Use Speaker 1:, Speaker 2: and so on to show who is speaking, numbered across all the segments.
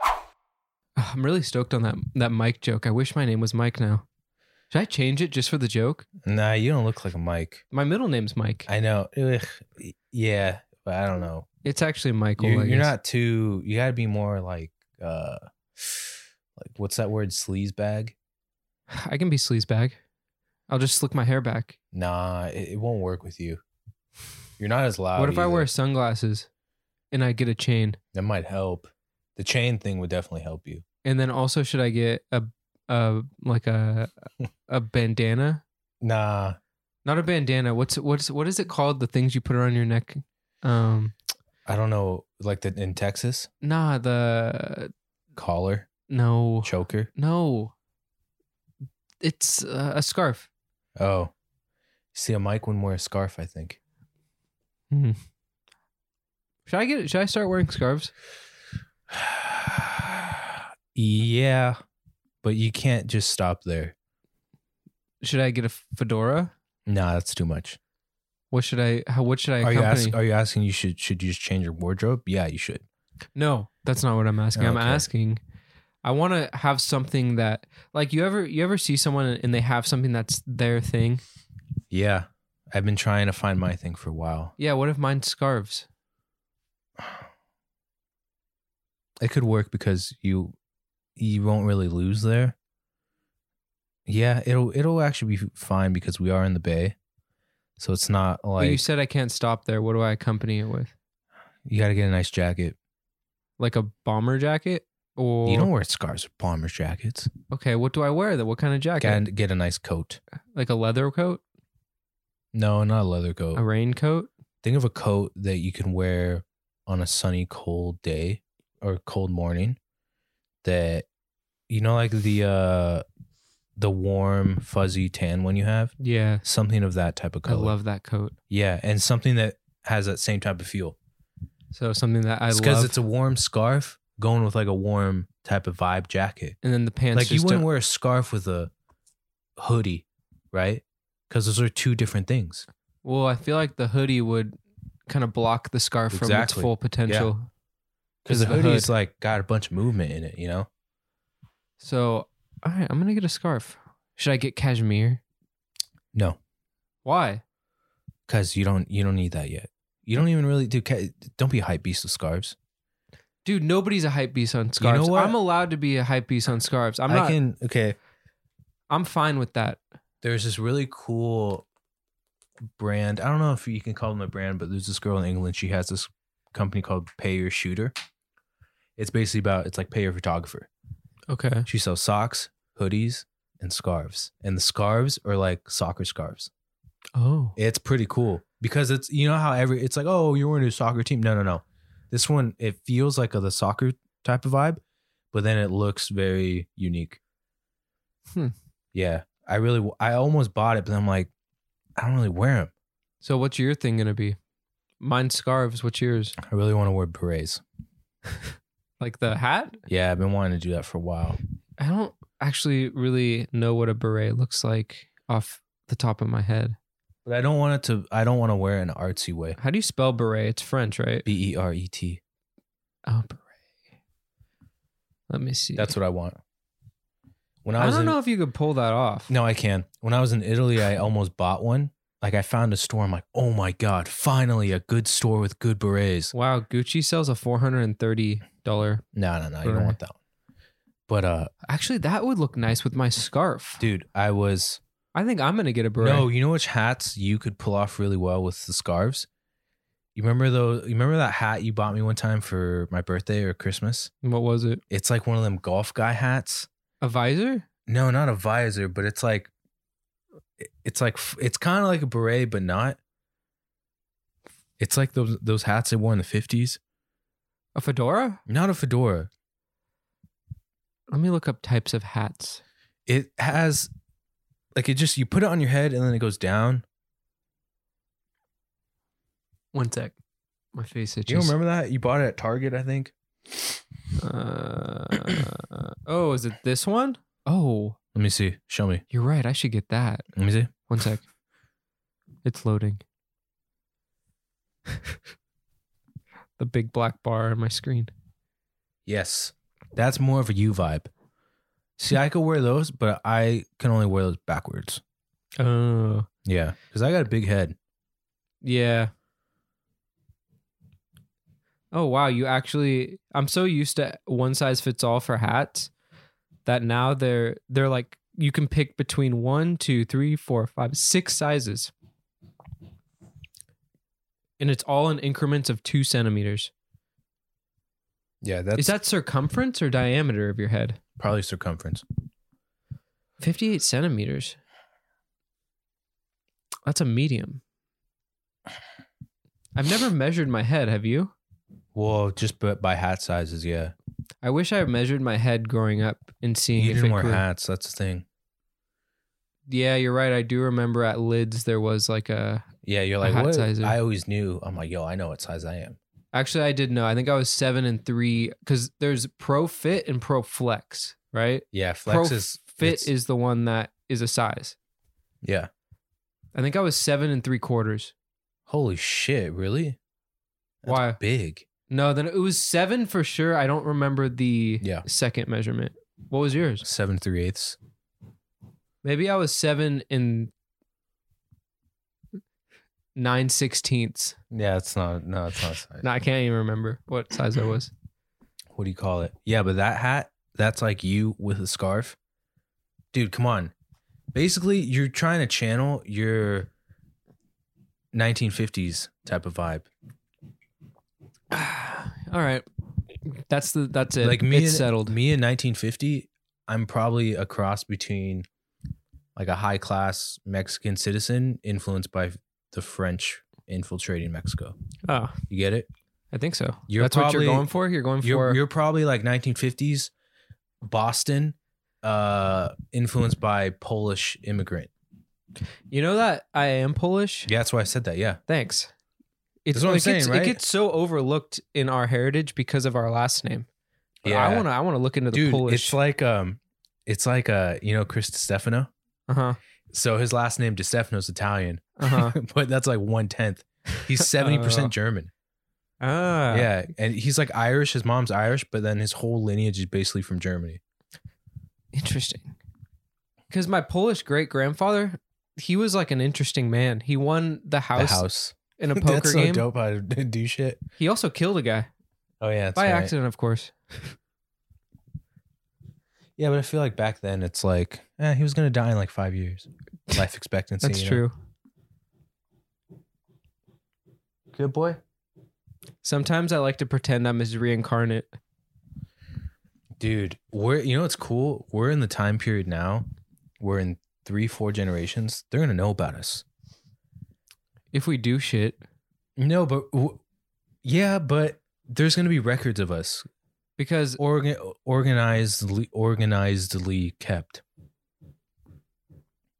Speaker 1: I'm really stoked on that that Mike joke. I wish my name was Mike now. Should I change it just for the joke?
Speaker 2: Nah, you don't look like a mic.
Speaker 1: My middle name's Mike.
Speaker 2: I know. Ugh, yeah, but I don't know.
Speaker 1: It's actually Michael.
Speaker 2: You're,
Speaker 1: I
Speaker 2: you're
Speaker 1: guess.
Speaker 2: not too. You got to be more like, uh, like what's that word? Sleaze bag.
Speaker 1: I can be sleazebag. I'll just slick my hair back.
Speaker 2: Nah, it, it won't work with you. You're not as loud.
Speaker 1: what if I
Speaker 2: either.
Speaker 1: wear sunglasses and I get a chain?
Speaker 2: That might help. The chain thing would definitely help you.
Speaker 1: And then also should I get a a like a a bandana?
Speaker 2: Nah,
Speaker 1: Not a bandana. What's what's what is it called? The things you put around your neck. Um
Speaker 2: I don't know. Like the in Texas,
Speaker 1: nah, the
Speaker 2: collar,
Speaker 1: no.
Speaker 2: choker.
Speaker 1: No. It's uh, a scarf.
Speaker 2: Oh, see, a mic wouldn't wear a scarf. I think.
Speaker 1: Should I get should I start wearing scarves?
Speaker 2: yeah, but you can't just stop there.
Speaker 1: Should I get a fedora?
Speaker 2: Nah, that's too much.
Speaker 1: What should I how what should I
Speaker 2: Are you,
Speaker 1: accompany?
Speaker 2: ask, are you asking? You should should you just change your wardrobe? Yeah, you should.
Speaker 1: No, that's not what I'm asking. I'm
Speaker 2: Okay.
Speaker 1: asking I want to have something that like you ever you ever see someone and they have something that's their thing?
Speaker 2: Yeah, I've been trying to find my thing for a while.
Speaker 1: Yeah, what if mine's scarves?
Speaker 2: It could work because you you won't really lose there. Yeah, it'll it'll actually be fine because we are in the bay, so it's not
Speaker 1: but you
Speaker 2: like
Speaker 1: said I can't stop there. What do I accompany it with?
Speaker 2: you got to get a nice jacket.
Speaker 1: Like a bomber jacket or
Speaker 2: You don't wear scarves or bombers jackets.
Speaker 1: Okay, what do I wear though? What kind of jacket?
Speaker 2: Got to get a nice coat.
Speaker 1: like a leather coat?
Speaker 2: No, not a leather coat.
Speaker 1: A raincoat?
Speaker 2: Think of a coat that you can wear on a sunny, cold day or cold morning. That you know, like the uh the warm, fuzzy tan one you have.
Speaker 1: Yeah.
Speaker 2: Something of that type of
Speaker 1: I
Speaker 2: color.
Speaker 1: love that coat.
Speaker 2: yeah, and something that has that same type of feel.
Speaker 1: So something that I
Speaker 2: because
Speaker 1: love.
Speaker 2: it's a warm scarf going with like a warm type of vibe jacket.
Speaker 1: and then the pants
Speaker 2: like you
Speaker 1: just
Speaker 2: wouldn't
Speaker 1: don't-
Speaker 2: wear a scarf with a hoodie, right? Because those are two different things.
Speaker 1: well, I feel like the hoodie would kind of block the scarf from its
Speaker 2: Exactly.
Speaker 1: full potential.
Speaker 2: Because the
Speaker 1: It's a
Speaker 2: hoodie's
Speaker 1: hood.
Speaker 2: like got a bunch of movement in it, you know.
Speaker 1: So, all right, I'm gonna get a scarf. Should I get cashmere?
Speaker 2: No,
Speaker 1: Why?
Speaker 2: because you don't you don't need that yet. You don't even really do. ca- Don't be a hype beast with scarves.
Speaker 1: Dude, nobody's a hype beast on scarves.
Speaker 2: what?
Speaker 1: I'm allowed to be a hype beast on scarves. I'm
Speaker 2: I
Speaker 1: not.
Speaker 2: can okay.
Speaker 1: I'm fine with that.
Speaker 2: There's this really cool brand. I don't know if you can call them a brand, but there's this girl in England. She has this company called Pay Your Shooter. It's basically about it's like pay your photographer.
Speaker 1: Okay.
Speaker 2: She sells socks, hoodies, and scarves. And the scarves are like soccer scarves.
Speaker 1: Oh.
Speaker 2: It's pretty cool because it's you know how every it's like oh you're wearing a soccer team. No, no, no. This one it feels like a, the soccer type of vibe, but then it looks very unique.
Speaker 1: Hmm.
Speaker 2: Yeah, I really I almost bought it, but I'm like, I don't really wear them.
Speaker 1: So what's your thing gonna be? Mine's scarves. What's yours?
Speaker 2: I really want to wear berets.
Speaker 1: Like the hat?
Speaker 2: Yeah, I've been wanting to do that for a while.
Speaker 1: I don't actually really know what a beret looks like off the top of my head.
Speaker 2: But I don't want it to. I don't want to wear it in an artsy way.
Speaker 1: How do you spell beret? It's French, right?
Speaker 2: B e r e t.
Speaker 1: Oh, beret. Let me see.
Speaker 2: That's what I want. When
Speaker 1: I,
Speaker 2: was
Speaker 1: don't
Speaker 2: in-
Speaker 1: know if you could pull that off.
Speaker 2: No, I can. When I was in Italy, I almost bought one. Like I found a store. I'm like, oh my god, finally a good store with good berets.
Speaker 1: Wow, Gucci sells a four hundred and thirty dollar.
Speaker 2: No, no, no, you
Speaker 1: Beret.
Speaker 2: don't want that one. But uh,
Speaker 1: Actually, that would look nice with my scarf.
Speaker 2: dude, I was
Speaker 1: I think I'm gonna get a beret.
Speaker 2: no. You know which hats you could pull off really well with the scarves. You remember though? You remember that hat you bought me one time for my birthday or Christmas?
Speaker 1: What was it?
Speaker 2: It's like one of them golf guy hats.
Speaker 1: A visor?
Speaker 2: No, not a visor, but it's like, it's like it's kind of like a beret, but not. It's like those those hats they wore in the fifties.
Speaker 1: A fedora?
Speaker 2: Not a fedora.
Speaker 1: Let me look up types of hats.
Speaker 2: It has like it just you put it on your head and then it goes down.
Speaker 1: One sec. My face itches.
Speaker 2: Do you remember that? You bought it at Target, I think.
Speaker 1: Uh, oh, is it this one? Oh,
Speaker 2: Let me see. Show me.
Speaker 1: you're right. I should get that.
Speaker 2: Let me see.
Speaker 1: One sec. It's loading. the big black bar on my screen.
Speaker 2: Yes. That's more of a you vibe. See, I could wear those, but I can only wear those backwards.
Speaker 1: Oh,
Speaker 2: Yeah, because I got a big head.
Speaker 1: yeah. Oh wow, you actually I'm so used to one size fits all for hats that now they're they're like you can pick between one, two, three, four, five, six sizes. And it's all in increments of two centimeters.
Speaker 2: Yeah, that's
Speaker 1: Is that circumference or diameter of your head?
Speaker 2: probably circumference.
Speaker 1: 58 centimeters. That's a medium. I've never measured my head, have you?
Speaker 2: Well, just by, by hat sizes, yeah.
Speaker 1: I wish I measured my head growing up and seeing
Speaker 2: You
Speaker 1: if
Speaker 2: didn't
Speaker 1: it
Speaker 2: wear
Speaker 1: grew.
Speaker 2: hats. That's the thing.
Speaker 1: Yeah, you're right. I do remember at Lids there was like a
Speaker 2: Yeah, you're like,
Speaker 1: hat
Speaker 2: what?
Speaker 1: sizer.
Speaker 2: I always knew. I'm like, yo, I know what size I am.
Speaker 1: Actually, I did know. I think I was 7 and 3 cuz there's Pro Fit and Pro Flex, right?
Speaker 2: Yeah, flex
Speaker 1: Pro
Speaker 2: is
Speaker 1: Fit
Speaker 2: it's-
Speaker 1: is the one that is a size.
Speaker 2: Yeah.
Speaker 1: I think I was 7 and 3 quarters.
Speaker 2: Holy shit! Really?
Speaker 1: Why?
Speaker 2: Big.
Speaker 1: No, then it was 7 for sure. I don't remember the
Speaker 2: Yeah.
Speaker 1: second measurement. What was yours?
Speaker 2: Seven three eighths.
Speaker 1: Maybe I was seven and nine sixteenths.
Speaker 2: Yeah, it's not. No, it's not size.
Speaker 1: No, I can't even remember what size I was.
Speaker 2: what do you call it? Yeah, but that hat, that's like you with a scarf. Dude, come on. Basically, you're trying to channel your 1950s type of vibe.
Speaker 1: All right, that's the that's it.
Speaker 2: Like me
Speaker 1: it's
Speaker 2: and-
Speaker 1: settled.
Speaker 2: Me in 1950, I'm probably a cross between like a high class Mexican citizen influenced by the French infiltrating Mexico.
Speaker 1: Oh,
Speaker 2: You get it?
Speaker 1: I think so.
Speaker 2: You're
Speaker 1: that's what
Speaker 2: probably-
Speaker 1: you're going for. You're going for.
Speaker 2: You're, you're probably like 1950s Boston, uh, influenced by Polish immigrant.
Speaker 1: you know that I am Polish.
Speaker 2: Yeah, that's why I said that. Yeah.
Speaker 1: Thanks. It's
Speaker 2: That's what I'm
Speaker 1: it gets-
Speaker 2: saying, right?
Speaker 1: It gets so overlooked in our heritage because of our last name. But I want to. I want to look into the
Speaker 2: dude.
Speaker 1: Polish.
Speaker 2: It's like um, it's like uh, you know, Chris Stefano.
Speaker 1: uh huh.
Speaker 2: So his last name Stefano's Italian,
Speaker 1: Uh huh.
Speaker 2: but that's like one tenth. He's seventy
Speaker 1: Oh.
Speaker 2: percent German.
Speaker 1: ah.
Speaker 2: yeah, and he's like Irish. His mom's Irish, but then his whole lineage is basically from Germany.
Speaker 1: Interesting. Because my Polish great grandfather, he was like an interesting man. He won the house,
Speaker 2: The house.
Speaker 1: in a poker
Speaker 2: that's
Speaker 1: game.
Speaker 2: so dope. How to do shit.
Speaker 1: He also killed a guy
Speaker 2: Oh yeah, that's
Speaker 1: by
Speaker 2: right.
Speaker 1: accident, of course.
Speaker 2: Yeah, but I feel like back then it's like eh, he was gonna die in like five years, life expectancy.
Speaker 1: That's
Speaker 2: you know?
Speaker 1: true.
Speaker 2: Good boy,
Speaker 1: Sometimes I like to pretend I'm his reincarnate.
Speaker 2: dude. We're you know what's cool. We're in the time period now. We're in three, four generations. They're gonna know about us.
Speaker 1: If we do shit,
Speaker 2: No, but w- yeah, but there's gonna be records of us
Speaker 1: because
Speaker 2: organ- organizedly, organizedly kept,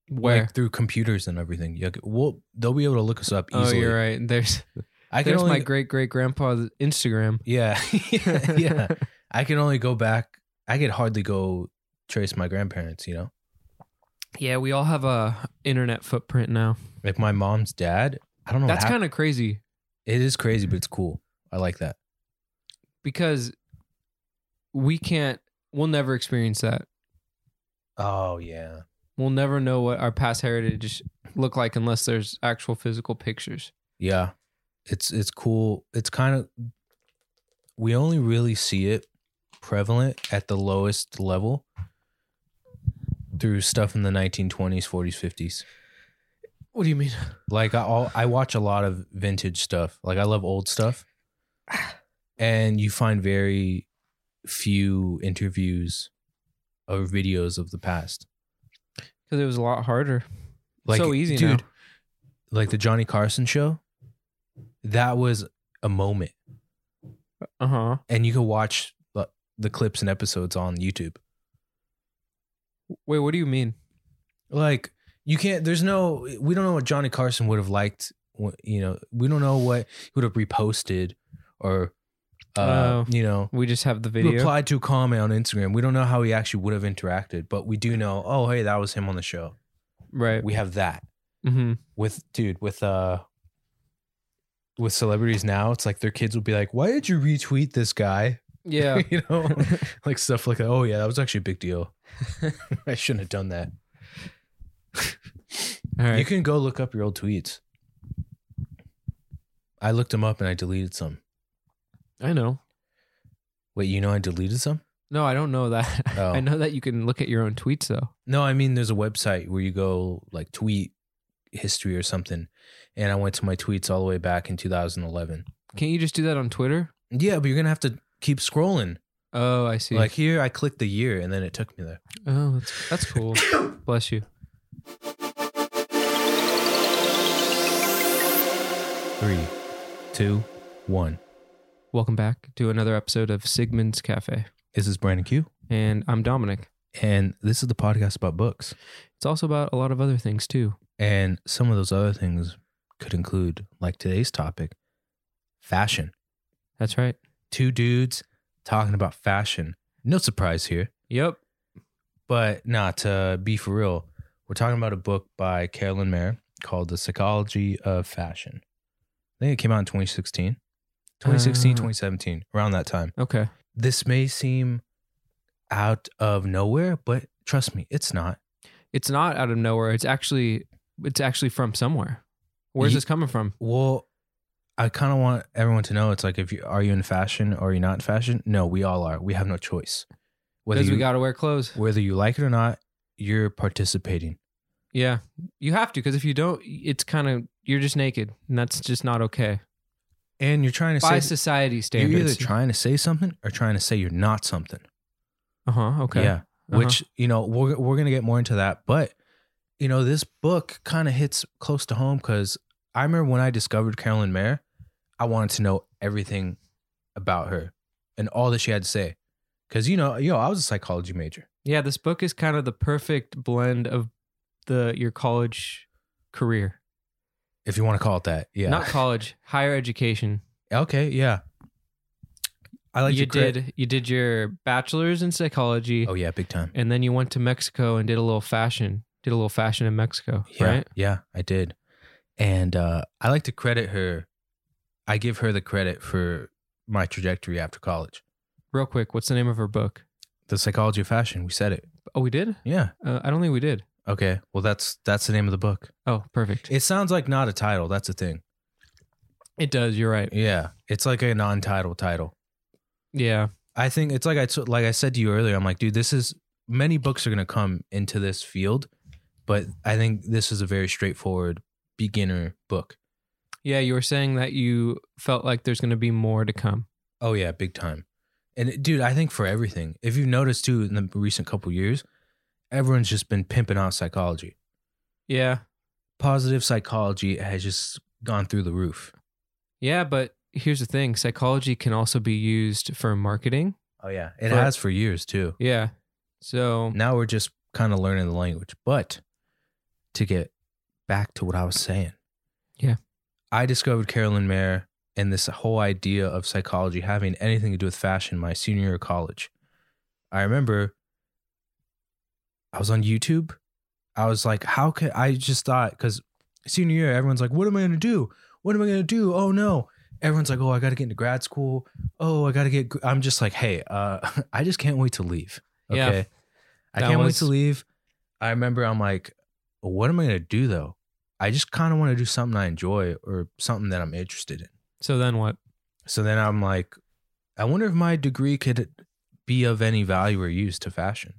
Speaker 1: where?
Speaker 2: like through computers and everything. Yeah, we'll they'll be able to look us up
Speaker 1: oh,
Speaker 2: easily.
Speaker 1: you're right. There's
Speaker 2: I can
Speaker 1: there's
Speaker 2: only
Speaker 1: my great great grandpa's Instagram.
Speaker 2: yeah yeah yeah. I can only go back. I could hardly go trace my grandparents. You know,
Speaker 1: yeah, we all have a internet footprint now.
Speaker 2: like my mom's dad. I don't know.
Speaker 1: That's
Speaker 2: how-
Speaker 1: kind of crazy.
Speaker 2: it is crazy, but it's cool. I like that.
Speaker 1: because we can't we'll never experience that
Speaker 2: Oh yeah,
Speaker 1: we'll never know what our past heritage look like unless there's actual physical pictures
Speaker 2: yeah. It's it's cool. It's kind of we only really see it prevalent at the lowest level through stuff in the 1920s, 40s, 50s.
Speaker 1: what do you mean
Speaker 2: Like I all, I watch a lot of vintage stuff. Like I love old stuff. And you find very few interviews or videos of the past.
Speaker 1: because it was a lot harder
Speaker 2: Like
Speaker 1: so easy
Speaker 2: dude,
Speaker 1: now
Speaker 2: like the Johnny Carson show. That was a moment.
Speaker 1: uh-huh
Speaker 2: and you can watch the, the clips and episodes on YouTube.
Speaker 1: wait what do you mean
Speaker 2: Like you can't. There's no. We don't know what Johnny Carson would have liked. wh- You know, we don't know what he would have reposted or, uh,
Speaker 1: Oh.
Speaker 2: you know,
Speaker 1: we just have the
Speaker 2: who
Speaker 1: video
Speaker 2: replied to a comment on Instagram. We don't know how he actually would have interacted, but we do know. Oh, hey, that was him on the show.
Speaker 1: right
Speaker 2: We have that
Speaker 1: mm-hmm.
Speaker 2: with dude with uh with celebrities now. It's like their kids will be like, "Why did you retweet this guy?"
Speaker 1: Yeah.
Speaker 2: you know, like stuff like that. Oh yeah, that was actually a big deal. I shouldn't have done that.
Speaker 1: All right.
Speaker 2: You can go look up your old tweets. I looked them up and I deleted some.
Speaker 1: I know.
Speaker 2: Wait, you know I deleted some?
Speaker 1: No, I don't know that.
Speaker 2: Oh.
Speaker 1: I know that you can look at your own tweets though.
Speaker 2: No, I mean there's a website where you go like tweet history or something, and I went to my tweets all the way back in 2011.
Speaker 1: Can't you just do that on Twitter?
Speaker 2: Yeah, but you're gonna have to keep scrolling.
Speaker 1: Oh, I see.
Speaker 2: Like here, I clicked the year and then it took me there.
Speaker 1: oh, that's, that's cool. Bless you.
Speaker 2: Three, two, one.
Speaker 1: Welcome back to another episode of Sigmund's Cafe,
Speaker 2: This is Brandon Q,
Speaker 1: and I'm Dominic.
Speaker 2: and this is the podcast about books.
Speaker 1: It's also about a lot of other things too.
Speaker 2: And some of those other things could include, like today's topic, fashion.
Speaker 1: That's right.
Speaker 2: Two dudes talking about fashion. No surprise here.
Speaker 1: Yep.
Speaker 2: But nah, to be for real, we're talking about a book by Carolyn Mayer called The Psychology of Fashion. I think it came out in 2016, 2016,
Speaker 1: Uh.
Speaker 2: 2017, around that time.
Speaker 1: Okay.
Speaker 2: This may seem out of nowhere, but trust me, it's not.
Speaker 1: It's not out of nowhere. It's actually it's actually from somewhere. Where's
Speaker 2: Ye-
Speaker 1: this coming from?
Speaker 2: Well, I kind of want everyone to know it's like if you are you in fashion or you're not in fashion? No, we all are. We have no choice. Whether
Speaker 1: Because
Speaker 2: you,
Speaker 1: we got to wear clothes.
Speaker 2: whether you like it or not, you're participating.
Speaker 1: Yeah. You have to because if you don't, it's kind of you're just naked, and that's just not okay
Speaker 2: And you're trying to
Speaker 1: by
Speaker 2: say
Speaker 1: society
Speaker 2: you're either
Speaker 1: standards.
Speaker 2: trying to say something or trying to say you're not something.
Speaker 1: uh huh. Okay.
Speaker 2: Yeah.
Speaker 1: Uh-huh.
Speaker 2: Which, you know, we're we're going to get more into that, but you know, this book kind of hits close to home cuz I remember when I discovered Carolyn Mayer, I wanted to know everything about her and all that she had to say. Cuz you know, yo, I was a psychology major.
Speaker 1: Yeah, this book is kind of the perfect blend of the your college career.
Speaker 2: if you want to call it that. Yeah.
Speaker 1: Not college, higher education.
Speaker 2: okay. Yeah. I like
Speaker 1: you
Speaker 2: to crit-
Speaker 1: did you did your bachelor's in psychology
Speaker 2: Oh yeah, big time.
Speaker 1: and then you went to Mexico and did a little fashion. Did a little fashion in Mexico,
Speaker 2: Yeah,
Speaker 1: right?
Speaker 2: Yeah, I did. And uh, I like to credit her. I give her the credit for my trajectory after college.
Speaker 1: Real quick, what's the name of her book?
Speaker 2: The psychology of fashion. We said it.
Speaker 1: Oh, we did?
Speaker 2: Yeah.
Speaker 1: Uh, I don't think we did.
Speaker 2: Okay. Well, that's that's the name of the book.
Speaker 1: Oh, perfect. It,
Speaker 2: It sounds like not a title. That's the thing.
Speaker 1: does, you're right.
Speaker 2: Yeah. It's like a non-title title.
Speaker 1: Yeah.
Speaker 2: I think it's like I t- like I said to you earlier. I'm like, dude, this is many books are gonna come into this field, but I think this is a very straightforward beginner book.
Speaker 1: Yeah, you were saying that you felt like there's going to be more to come.
Speaker 2: Oh yeah, big time. And it- dude, I think for everything, if you've noticed too, in the recent couple years, everyone's just been pimping out psychology.
Speaker 1: Yeah.
Speaker 2: Positive psychology has just gone through the roof.
Speaker 1: Yeah, but here's the thing, psychology can also be used for marketing.
Speaker 2: Oh yeah,
Speaker 1: Right.
Speaker 2: it has for years too.
Speaker 1: Yeah. So,
Speaker 2: Now we're just kind of learning the language. But to get back to what I was saying,
Speaker 1: Yeah.
Speaker 2: I discovered Carolyn Mayer and this whole idea of psychology having anything to do with fashion my senior year of college. I remember I was on YouTube. I was like, how could I just thought because senior year, everyone's like, what am I gonna do? What am I gonna do? Oh no. Everyone's like, oh, I gotta get into grad school. Oh, I gotta get. gr-" I'm just like, hey, uh, I just can't wait to leave. Okay.
Speaker 1: Yeah.
Speaker 2: I
Speaker 1: That
Speaker 2: can't wait
Speaker 1: was-
Speaker 2: to leave. I remember I'm like, what am I gonna do though? I just kind of want to do something I enjoy or something that I'm interested in.
Speaker 1: so then what?
Speaker 2: So then I'm like, I wonder if my degree could be of any value or use to fashion.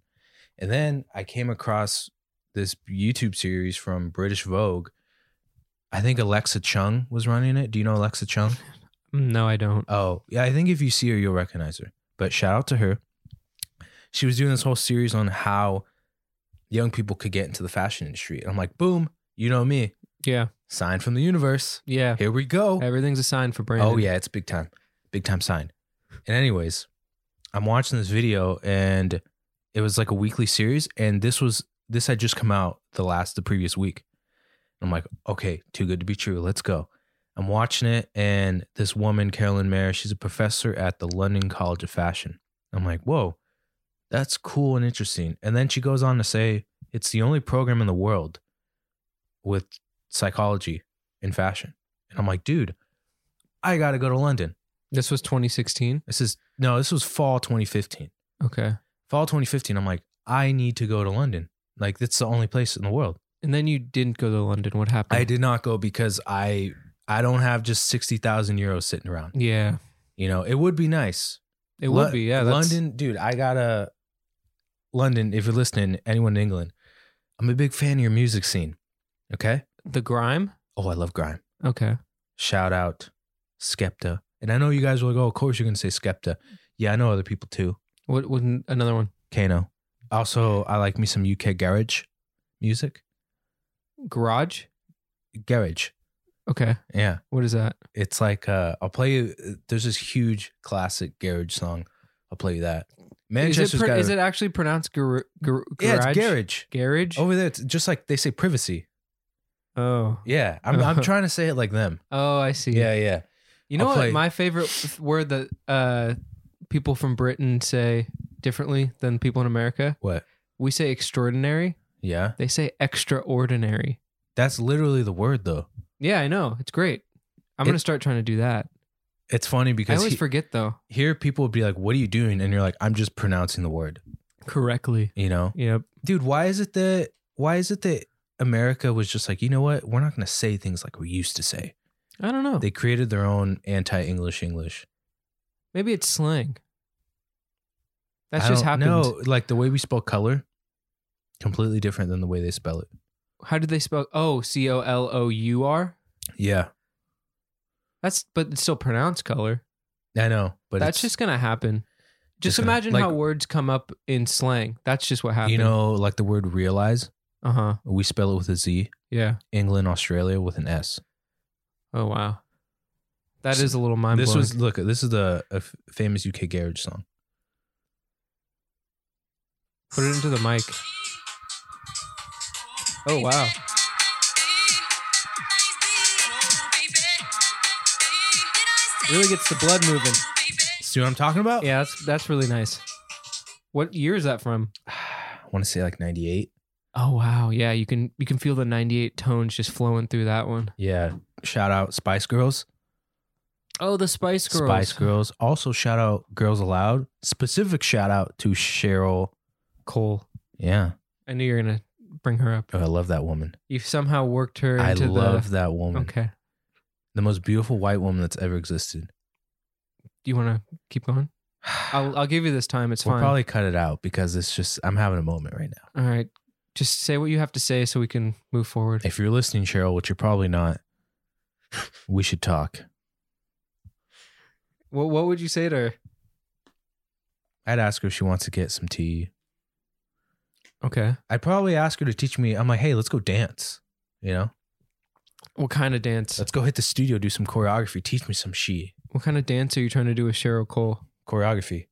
Speaker 2: And then I came across this YouTube series from British Vogue. I think Alexa Chung was running it. Do you know Alexa Chung?
Speaker 1: Mm, No, I don't.
Speaker 2: Oh, yeah. I think if you see her, you'll recognize her. But shout out to her. She was doing this whole series on how young people could get into the fashion industry. And I'm like, boom, you know me.
Speaker 1: Yeah.
Speaker 2: Sign from the universe.
Speaker 1: Yeah.
Speaker 2: Here we go.
Speaker 1: Everything's a sign for Brandon.
Speaker 2: Oh yeah, it's big time, big time sign. And anyways, I'm watching this video, and it was like a weekly series, and this was this had just come out the last the previous week. I'm like, okay, too good to be true. Let's go. I'm watching it, and this woman, Carolyn Mayer, she's a professor at the London College of Fashion. I'm like, whoa, that's cool and interesting. And then she goes on to say, it's the only program in the world with psychology in fashion. And I'm like, dude, I got to go to London.
Speaker 1: This was 2016.
Speaker 2: This is no, this was fall 2015.
Speaker 1: Okay.
Speaker 2: Fall 2015. I'm like, I need to go to London. Like that's the only place in the world.
Speaker 1: And then you didn't go to London. What happened?
Speaker 2: I did not go because I I don't have just sixty thousand euros sitting around.
Speaker 1: Yeah.
Speaker 2: You know, it would be nice.
Speaker 1: It
Speaker 2: Lo-
Speaker 1: would be. Yeah. That's,
Speaker 2: London, dude. I gotta London. If you're listening, anyone in England, I'm a big fan of your music scene. Okay.
Speaker 1: The grime.
Speaker 2: Oh, I love grime.
Speaker 1: Okay.
Speaker 2: Shout out Skepta. And I know you guys will go. Of course, you're gonna say Skepta. Yeah, I know other people too.
Speaker 1: What? What? Another one.
Speaker 2: Kano. Also, I like me some UK garage music.
Speaker 1: Garage.
Speaker 2: Garage.
Speaker 1: Okay.
Speaker 2: Yeah.
Speaker 1: What is that?
Speaker 2: It's like uh I'll play you there's this huge classic garage song. I'll play you that.
Speaker 1: Is it,
Speaker 2: Manchester's
Speaker 1: pr-
Speaker 2: got
Speaker 1: is
Speaker 2: a-
Speaker 1: it actually pronounced gar- gar-
Speaker 2: Yeah, it's
Speaker 1: garage?
Speaker 2: garage. Oh.
Speaker 1: Garage?
Speaker 2: Over there it's just like they say privacy.
Speaker 1: Oh.
Speaker 2: Yeah. I'm I'm trying to say it like them.
Speaker 1: Oh, I see.
Speaker 2: Yeah, yeah.
Speaker 1: You know
Speaker 2: I'll
Speaker 1: what?
Speaker 2: play-
Speaker 1: My favorite f- word that uh, people from Britain say differently than people in America.
Speaker 2: What?
Speaker 1: We say extraordinary.
Speaker 2: Yeah.
Speaker 1: They say extraordinary.
Speaker 2: That's literally the word though.
Speaker 1: Yeah, I know. It's great. I'm
Speaker 2: It-
Speaker 1: gonna start trying to do that.
Speaker 2: It's funny
Speaker 1: I
Speaker 2: because
Speaker 1: always
Speaker 2: he-
Speaker 1: forget though.
Speaker 2: here people would be like, What are you doing? And you're like, I'm just pronouncing the word,
Speaker 1: Correctly.
Speaker 2: you know?
Speaker 1: Yep.
Speaker 2: dude why is it that why is it that america was just like you know what we're not going to say things like we used to say
Speaker 1: I don't know.
Speaker 2: they created their own anti-english english
Speaker 1: Maybe it's slang. That's
Speaker 2: I
Speaker 1: just
Speaker 2: don't
Speaker 1: happened.
Speaker 2: know. like the way we spell color completely different than the way they spell it
Speaker 1: How did they spell? Oh, C O L O U R.
Speaker 2: yeah
Speaker 1: That's but it's still pronounced color.
Speaker 2: i know but
Speaker 1: That's
Speaker 2: it's,
Speaker 1: just gonna happen. Just,
Speaker 2: Just gonna-
Speaker 1: imagine
Speaker 2: like-
Speaker 1: how words come up in slang. That's just what happened.
Speaker 2: you know like the word realize
Speaker 1: Uh huh.
Speaker 2: we spell it with a z
Speaker 1: Yeah.
Speaker 2: england australia with an s
Speaker 1: Oh wow. That
Speaker 2: So
Speaker 1: is a little mind
Speaker 2: this
Speaker 1: blowing.
Speaker 2: was look this is the a f- famous uk garage song
Speaker 1: Put it into the mic. Oh wow. Really gets the blood moving.
Speaker 2: see what i'm talking about
Speaker 1: Yeah, that's that's really nice. What year is that from?
Speaker 2: i want to say like 98
Speaker 1: Oh wow. Yeah, you can you can feel the 98 tones just flowing through that one.
Speaker 2: yeah shout out spice girls
Speaker 1: Oh, the Spice Girls.
Speaker 2: Spice Girls. Also, shout out Girls Aloud. Specific shout out to Cheryl.
Speaker 1: Cole.
Speaker 2: Yeah,
Speaker 1: I knew you were going to bring her up.
Speaker 2: Oh, I love that woman.
Speaker 1: You somehow worked her
Speaker 2: I
Speaker 1: into the
Speaker 2: love that woman.
Speaker 1: Okay.
Speaker 2: The most beautiful white woman that's ever existed.
Speaker 1: Do you want to keep going? I'll I'll give you this time. It's
Speaker 2: we'll
Speaker 1: fine.
Speaker 2: probably cut it out because it's just I'm having a moment right now.
Speaker 1: All right. Just say what you have to say so we can move forward.
Speaker 2: If you're listening, Cheryl, which you're probably not, we should talk.
Speaker 1: What what would you say to her?
Speaker 2: I'd ask her if she wants to get some tea.
Speaker 1: Okay.
Speaker 2: I'd probably ask her to teach me. I'm like, hey, let's go dance. You know,
Speaker 1: What kind of dance?
Speaker 2: let's go hit the studio, do some choreography, teach me some she
Speaker 1: What kind of dance are you trying to do with Cheryl Cole?
Speaker 2: choreography.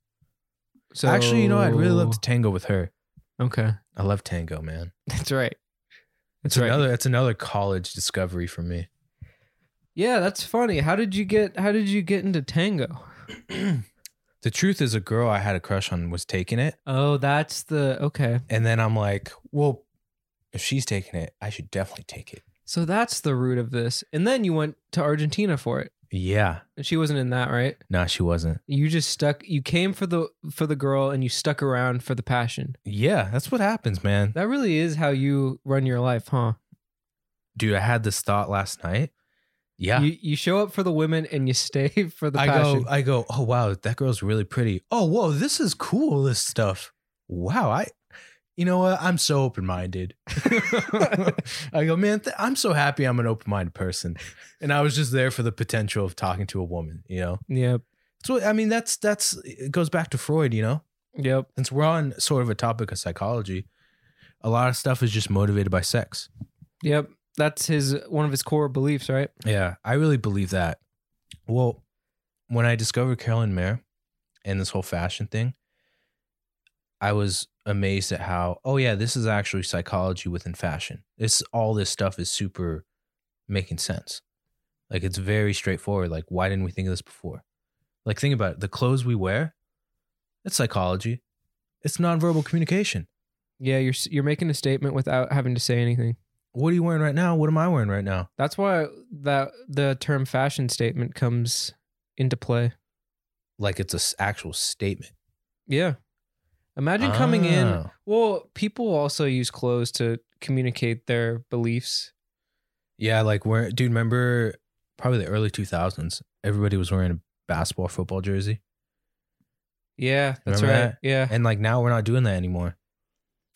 Speaker 1: So
Speaker 2: Actually, you know, I'd really love to tango with her.
Speaker 1: Okay.
Speaker 2: I love tango, man.
Speaker 1: That's right. That's
Speaker 2: It's
Speaker 1: right.
Speaker 2: another it's another college discovery for me.
Speaker 1: yeah, that's funny. How did you get how did you get into tango?
Speaker 2: the truth is a girl I had a crush on was taking it.
Speaker 1: Oh, that's the okay.
Speaker 2: And then I'm like, well, if she's taking it, I should definitely take it.
Speaker 1: So that's the root of this. And then you went to Argentina for it.
Speaker 2: Yeah.
Speaker 1: And she wasn't in that, right?
Speaker 2: No, she wasn't.
Speaker 1: You just stuck you came for the for the girl and you stuck around for the passion.
Speaker 2: Yeah, that's what happens, man.
Speaker 1: That really is how you run your life, huh?
Speaker 2: Dude, I had this thought last night. Yeah.
Speaker 1: You you show up for the women and you stay for the
Speaker 2: I
Speaker 1: passion.
Speaker 2: go, I go, oh wow, that girl's really pretty. Oh, whoa, this is cool, this stuff. Wow, I you know what? I'm so open minded. I go, man, th- I'm so happy I'm an open minded person. And I was just there for the potential of talking to a woman, you know?
Speaker 1: yep.
Speaker 2: So, I mean, that's, that's, it goes back to Freud, you know?
Speaker 1: Yep.
Speaker 2: Since we're on sort of a topic of psychology, a lot of stuff is just motivated by sex.
Speaker 1: Yep. That's his one of his core beliefs, right?
Speaker 2: Yeah, I really believe that. Well, when I discovered Carolyn Mayer and this whole fashion thing, I was amazed at how, oh yeah, this is actually psychology within fashion. This all this stuff is super making sense. Like it's very straightforward. Like, why didn't we think of this before? Like, think about it. The clothes we wear, it's psychology. It's nonverbal communication.
Speaker 1: Yeah, you're s- you're making a statement without having to say anything.
Speaker 2: What are you wearing right now? What am I wearing right now?
Speaker 1: That's why that the term fashion statement comes into play.
Speaker 2: like it's a s- actual statement.
Speaker 1: Yeah. Imagine coming in.
Speaker 2: Ah,
Speaker 1: Well, people also use clothes to communicate their beliefs.
Speaker 2: Yeah, like where, dude. Remember, probably the early two thousands. Everybody was wearing a basketball football jersey,
Speaker 1: Yeah, that's
Speaker 2: Remember
Speaker 1: right. Yeah.
Speaker 2: and like now we're not doing that anymore.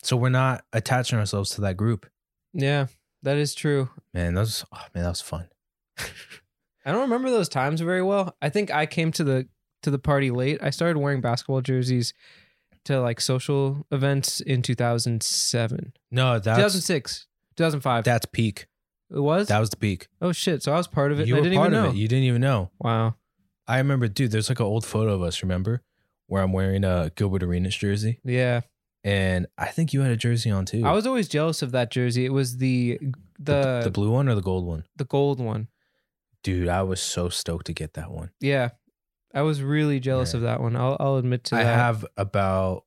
Speaker 2: So we're not attaching ourselves to that group.
Speaker 1: Yeah. That is true.
Speaker 2: Man, that was oh man, that was fun.
Speaker 1: I don't remember those times very well. I think I came to the to the party late. I started wearing basketball jerseys to like social events in 2007.
Speaker 2: No, that's
Speaker 1: 2006, 2005.
Speaker 2: that's peak.
Speaker 1: it was?
Speaker 2: That was the peak.
Speaker 1: oh shit, so I was part of it.
Speaker 2: You
Speaker 1: and I
Speaker 2: were
Speaker 1: didn't
Speaker 2: part
Speaker 1: even
Speaker 2: of
Speaker 1: know.
Speaker 2: it. You didn't even know.
Speaker 1: wow.
Speaker 2: I remember, dude. There's like an old photo of us. Remember, where I'm wearing a Gilbert Arenas jersey,
Speaker 1: Yeah.
Speaker 2: and I think you had a jersey on too.
Speaker 1: I was always jealous of that jersey. It was the
Speaker 2: the,
Speaker 1: the
Speaker 2: the
Speaker 1: the,
Speaker 2: blue one or the gold one,
Speaker 1: gold one.
Speaker 2: dude. I was so stoked to get that one.
Speaker 1: Yeah. I was really jealous
Speaker 2: Yeah.
Speaker 1: of that one. I'll I'll admit to
Speaker 2: I
Speaker 1: that.
Speaker 2: have about,